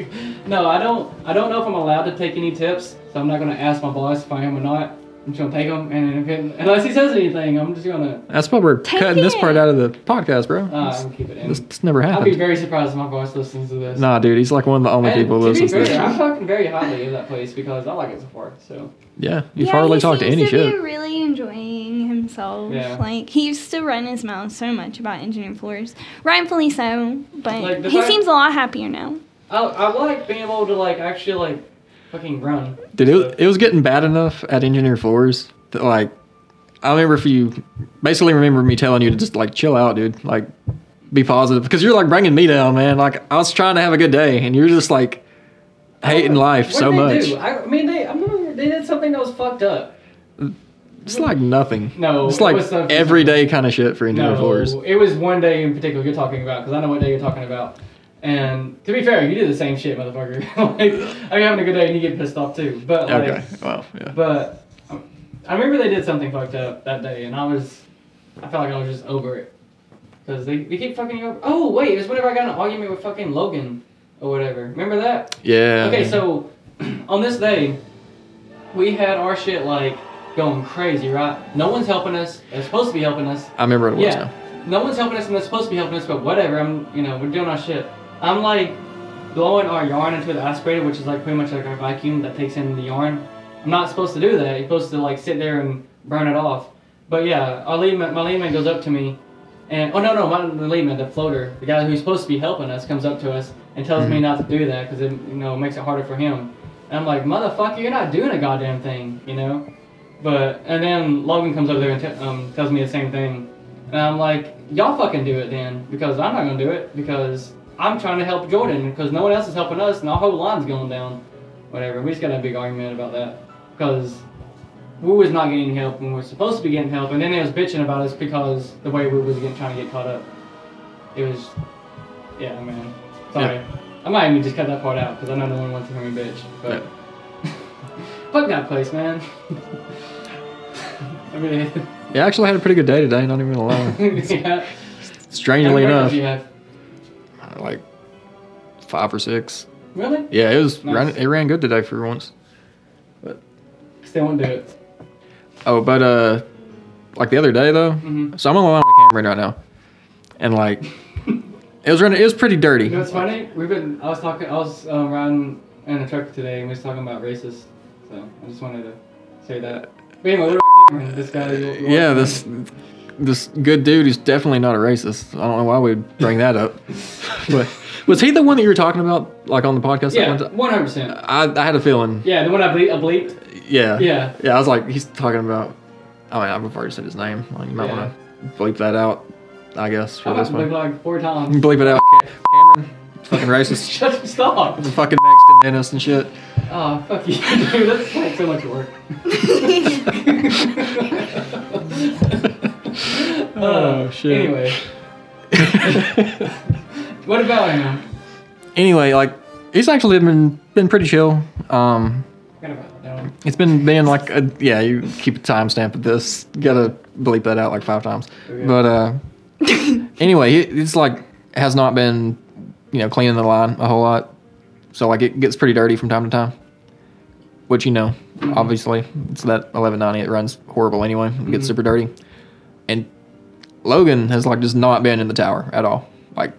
No, I don't, I don't know if I'm allowed to take any tips, so I'm not going to ask my boss if I am or not. I'm just going to take them, and if it, unless he says anything, I'm just going to, that's why we're Take cutting this it. part out of the podcast, bro. uh, I'm This- gonna keep it in. this, this never I'd be happened. very surprised if my boss listens to this. Nah, dude, he's like one of the only And people that to be listens to fair, I'm this. talking very highly of that place because I like it so far. So Yeah, you yeah, hardly he talk to seems any to shit. Be really enjoying himself. Yeah. Like he used to run his mouth so much about engineering floors, rightfully so. But Like, the he fact- seems a lot happier now. I, I like being able to like actually like fucking run. Dude, So- it, it was getting bad enough at engineer floors that like I remember if you basically remember me telling you to just like chill out, dude. Like be positive because you're like bringing me down, man. Like I was trying to have a good day and you're just like hating life What so did much. they do? I, I mean, they I remember they did something that was fucked up. It's like nothing. No, it's it like was something- everyday kind of shit for engineer No, floors. it was one day in particular you're talking about because I know what day you're talking about. And to be fair, you did the same shit, motherfucker. like, I'm having a good day and you get pissed off too. But like, Okay, well, yeah. But um, I remember they did something fucked up that day, and I was, I felt like I was just over it, because they, they keep fucking you up. Oh wait, it was whenever I got in an argument with fucking Logan, or whatever. Remember that? yeah. Okay, so on this day, we had our shit like going crazy, right? No one's helping us. They're supposed to be helping us. I remember what it was Yeah. No one's helping us and they're supposed to be helping us, but whatever. I'm, you know, we're doing our shit. I'm like blowing our yarn into the aspirator, which is like pretty much like our vacuum that takes in the yarn. I'm not supposed to do that. You're supposed to like sit there and burn it off. But yeah, our lead man, my lead man goes up to me, and oh no no, my the lead man, the floater, the guy who's supposed to be helping us, comes up to us and tells Mm-hmm. me not to do that because it you know makes it harder for him. And I'm like, motherfucker, you're not doing a goddamn thing, you know. But and then Logan comes over there and t- um, tells me the same thing, and I'm like, y'all fucking do it then, because I'm not gonna do it because I'm trying to help Jordan because no one else is helping us and our whole line's going down. Whatever. We just got a big argument about that because we was not getting help when we were supposed to be getting help, and then they was bitching about us because the way we was getting, trying to get caught up. It was, yeah, man. Sorry, Yeah. I might even just cut that part out because I know no one wants to hear me bitch, but. Fuck that place, man. I mean, yeah. Yeah, I actually had a pretty good day today, not even gonna lie. yeah. Strangely How many records enough, you have? like five or six. Really? Yeah, it was Nice. ran, it ran good today for once. Still won't do it. Oh, but uh, like the other day though, Mhm. so I'm on the line with Cameron right now, and like it was running, it was pretty dirty. You know what's funny? We've been. I was talking. I was um, riding in a truck today, and we was talking about racist. So I just wanted to say that. But anyway, what about Cameron? This guy. you- you Yeah, want- this this good dude who's definitely not a racist. I don't know why we'd bring that up. but was he the one that you were talking about, like on the podcast? that Yeah, one time? one hundred percent. I, I had a feeling. Yeah, the one I bleep, I bleeped. Yeah. Yeah. Yeah. I was like, he's talking about. I mean, I've already said his name. Like, you might Yeah. want to bleep that out. I guess for I this was bleep one, like four times. bleep it out. Cameron, fucking racist, Shut up, stop. fucking Mexican dentist and shit. Oh, fuck you, dude. That's like so much work. Oh, shit. Uh, Anyway, what about him? anyway, like he's actually been been pretty chill. Um, Forgot about that one. it's been being like a, yeah, you keep a timestamp of this. Gotta bleep that out like five times. Okay. But uh, anyway, it, it's like has not been you know cleaning the line a whole lot, so like it gets pretty dirty from time to time. Which you know, obviously, it's that eleven ninety. It runs horrible anyway. It gets super dirty, and Logan has like just not been in the tower at all. Like,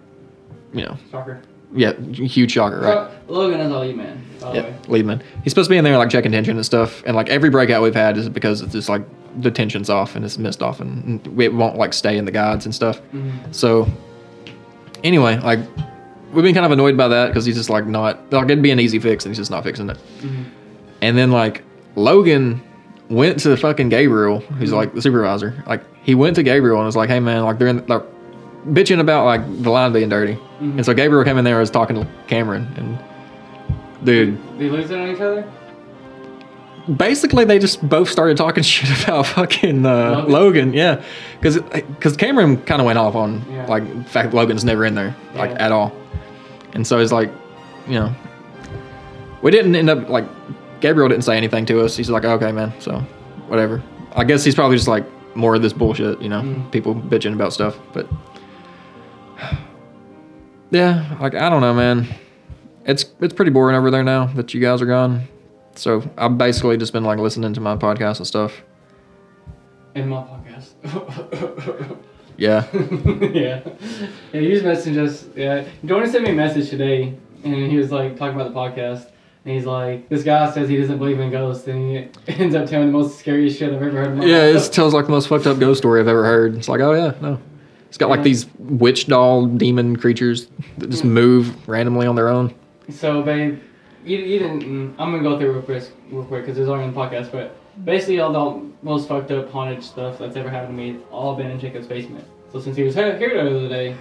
you know, Shocker. yeah, huge shocker, right? So, Logan, that's all you, man. By the Yeah, way. Liebman. He's supposed to be in there like checking tension and stuff. And like every breakout we've had is because it's just like the tension's off and it's missed off and we- it won't like stay in the guides and stuff. So anyway, like we've been kind of annoyed by that because he's just like not like it'd be an easy fix and he's just not fixing it. And then like Logan went to fucking Gabriel, who's like the supervisor. Like he went to Gabriel and was like, "Hey man, like they're in like bitching about like the line being dirty." And so Gabriel came in there and was talking to Cameron and dude They lose it on each other? basically they just both started talking shit about fucking uh, Logan? Logan. yeah, because because Cameron kind of went off on Yeah. like the fact that Logan's never in there like Yeah. at all, and so it's like, you know, we didn't end up like Gabriel didn't say anything to us. He's like, okay, man, so whatever. I guess he's probably just like more of this bullshit, you know, people bitching about stuff, but yeah, like I don't know, man. It's it's pretty boring over there now that you guys are gone. So I've basically just been like listening to my podcast and stuff. In my podcast. Yeah, yeah. Yeah, you just messaged us. Yeah. Jordan sent me a message today and he was like talking about the podcast. And he's like, this guy says he doesn't believe in ghosts and he ends up telling the most scariest shit I've ever heard in my yeah, life. it tells like the most fucked up ghost story I've ever heard. It's like, oh yeah, no, it's got like Yeah. these witch doll demon creatures that just move randomly on their own. So, babe, you, you didn't. mm, I'm gonna go through real quick, real quick, because it's already on the podcast. But basically, all the most fucked up haunted stuff that's ever happened to me, it's all been in Jacob's basement. So since he was here, here the other day,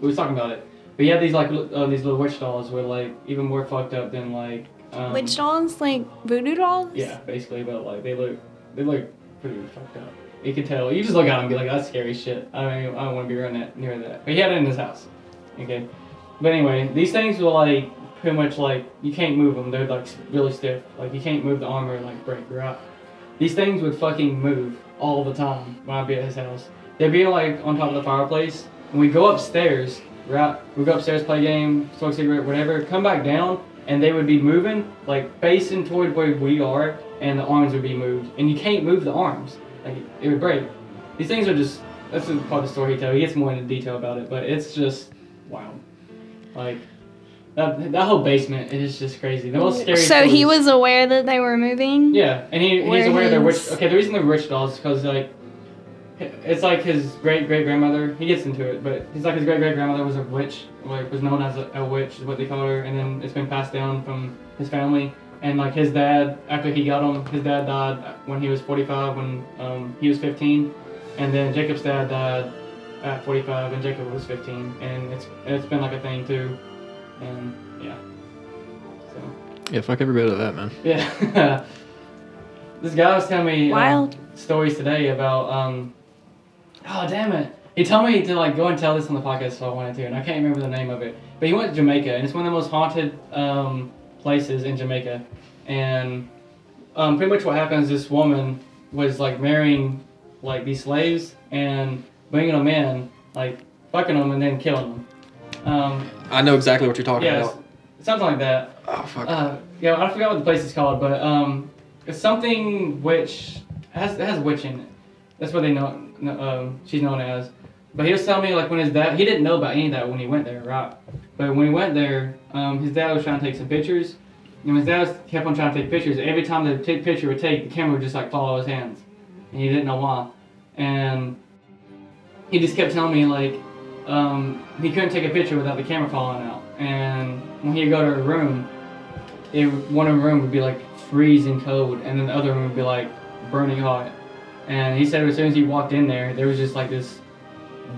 we was talking about it. But he had these like li- uh, these little witch dolls were like even more fucked up than like um, Witch dolls, like voodoo dolls. Yeah, basically, but like they look they look pretty fucked up. You could tell. You just look at them and be like, that's scary shit. I don't, even- I don't want to be around that near that. But he had it in his house. Okay. But anyway, these things were like pretty much like you can't move them. They're like really stiff. Like you can't move the armor like break or up. These things would fucking move all the time when I'd be at his house. They'd be like on top of the fireplace, and we go upstairs, right? We go upstairs, play game, smoke a cigarette, whatever. Come back down, and they would be moving like facing toward where we are, and the arms would be moved, and you can't move the arms. Like it would break. These things are just. That's the part of the story he tells. He gets more into detail about it, but it's just wild. Like that, that whole basement is just crazy. The most scary. So he stories- was aware that they were moving. yeah, and he, he's Mm-hmm. Where aware they're he's- rich. Okay, the reason they're rich dolls is because like, it's like his great great grandmother. He gets into it, but he's like his great great grandmother was a witch, like was known as a, a witch, is what they called her, and then it's been passed down from his family. And like his dad, after he got him, his dad died when he was 45, when um, he was 15, and then Jacob's dad died at 45, and Jacob was 15, and it's it's been like a thing too, and yeah, so. Yeah, fuck every bit of that, man. Yeah. this guy was telling me um, Wild. stories today about um oh damn it. He told me to like go and tell this on the podcast if I wanted to and I can't remember the name of it. But he went to Jamaica and it's one of the most haunted um places in Jamaica. And um pretty much what happens this woman was like marrying like these slaves and bringing them in, like fucking them and then killing them. Um I know exactly what you're talking yeah, about. it's- something like that. Oh fuck. Uh, yeah, I forgot what the place is called, but um, it's something which has it has witch in it. That's what they know. kn- Um, she's known as. But he was telling me like when his dad, he didn't know about any of that when he went there, right? But when he went there, um, his dad was trying to take some pictures, and his dad was, kept on trying to take pictures. Every time the take picture would take, the camera would just like follow his hands, and he didn't know why. And he just kept telling me like um, he couldn't take a picture without the camera falling out. And when he'd go to a room, it, one of the room would be like freezing cold, and then the other room would be like burning hot. And he said as soon as he walked in there, there was just like this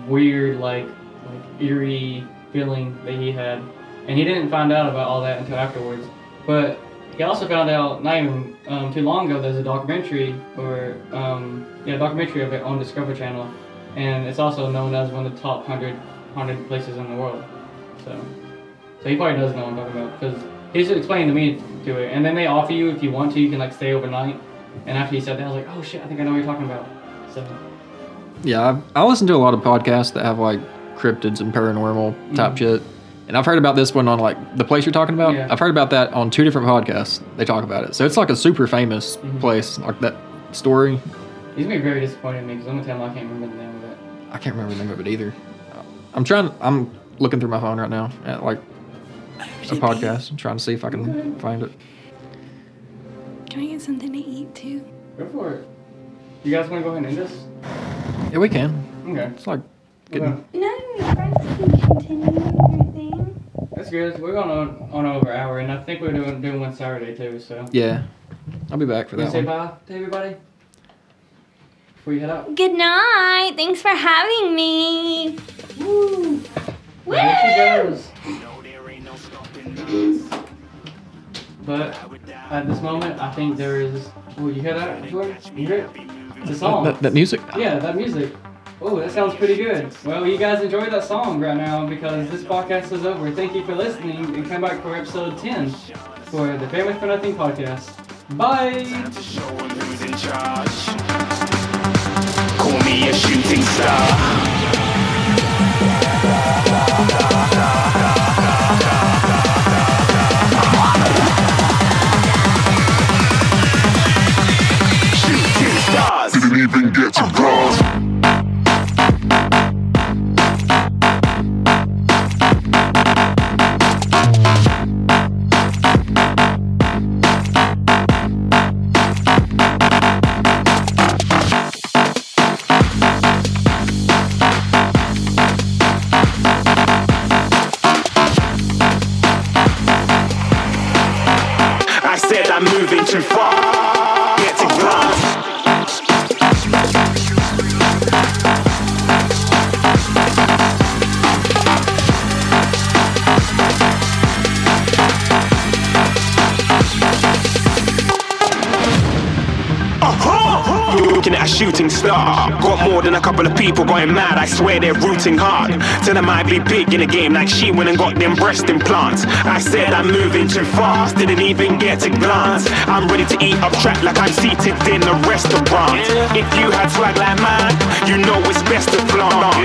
weird, like, like eerie feeling that he had. And he didn't find out about all that until afterwards. But he also found out not even um, too long ago there's a documentary or um, yeah, a documentary of it on Discovery Channel, and it's also known as one of the top 100, 100 places in the world. So, so he probably does know what I'm talking about because he just explained to me to it, and then they offer you if you want to, you can like stay overnight. And after he said that, I was like, oh shit, I think I know what you're talking about. So. Yeah, I, I listen to a lot of podcasts that have like cryptids and paranormal type Mm-hmm. shit. And I've heard about this one on like the place you're talking about. Yeah. I've heard about that on two different podcasts. They talk about it. So it's like a super famous Mm-hmm. place, like that story. He's gonna be very disappointed in me because I'm gonna tell him I can't remember the name of it. I can't remember the name of it either. I'm trying, I'm looking through my phone right now at like a podcast. I'm trying to see if I can find it. Can I get something to eat too? Go for it. You guys wanna go ahead and end this? Yeah, we can. Okay. It's like Okay. getting, No, you guys can continue your thing. That's good. We're going on, on over an hour, and I think we're doing doing one Saturday too. So, yeah. I'll be back for you that wanna say one. bye to everybody before you head out. Good night. Thanks for having me. Woo. Woo. There she goes. No, there ain't no stopping us. But at this moment, I think there is. Will you hear that, Jordan? You hear it? It's a song. That, that music. Yeah, that music. Oh, that sounds pretty good. Well, you guys enjoy that song right now because this podcast is over. Thank you for listening and come back for episode 10 for the Famous for Nothing podcast. Bye! To show 'em who's in charge. Call me a shooting star. Shooting stars. Didn't even get to cross. I said I'm moving too far. Getting lost. Uh-huh. You're looking at a shooting star. Got more than a couple of people going mad. I swear they're rooting hard. Tell them I'd be big in the game, like she went and got them breast implants. I said I'm moving too fast, didn't even get a glance. I'm ready to eat up track like I'm seated in a restaurant. If you had swag like mine, you know it's best to flaunt.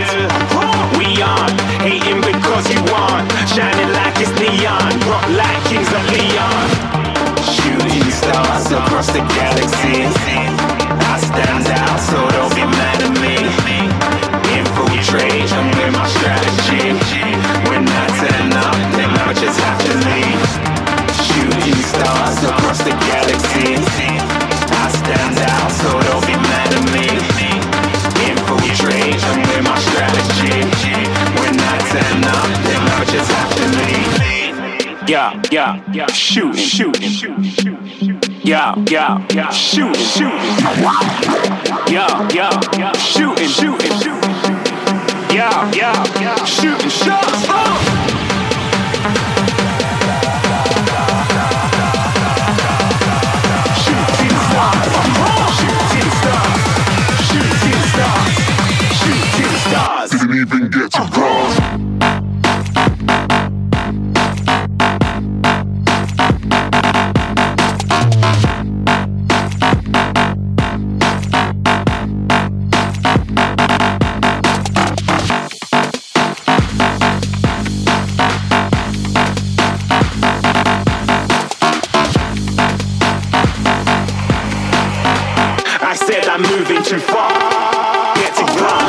We aren't hating because you aren't. Shining like it's neon, rock like kings like Leon. Shooting stars across the galaxy. I stand out, so don't be mad at me. Infiltrate, I'm with my strategy. When I turn up, then I just have to leave. Shooting stars across the galaxy. I stand out, so don't be mad at me. Infiltrate, I'm with my strategy. When I turn up, then I just have to leave. Yeah, yeah, yeah, shoot, shooting. Yeah, yeah, yeah, shooting, shooting. Yeah, yeah, yeah, shooting, shooting, shooting. Yeah, yeah, yeah, shooting, shots. Oh! Shooting stars, shooting stars, shooting stars, shooting stars. Didn't even get to cross. I said I'm moving too far. Getting blind.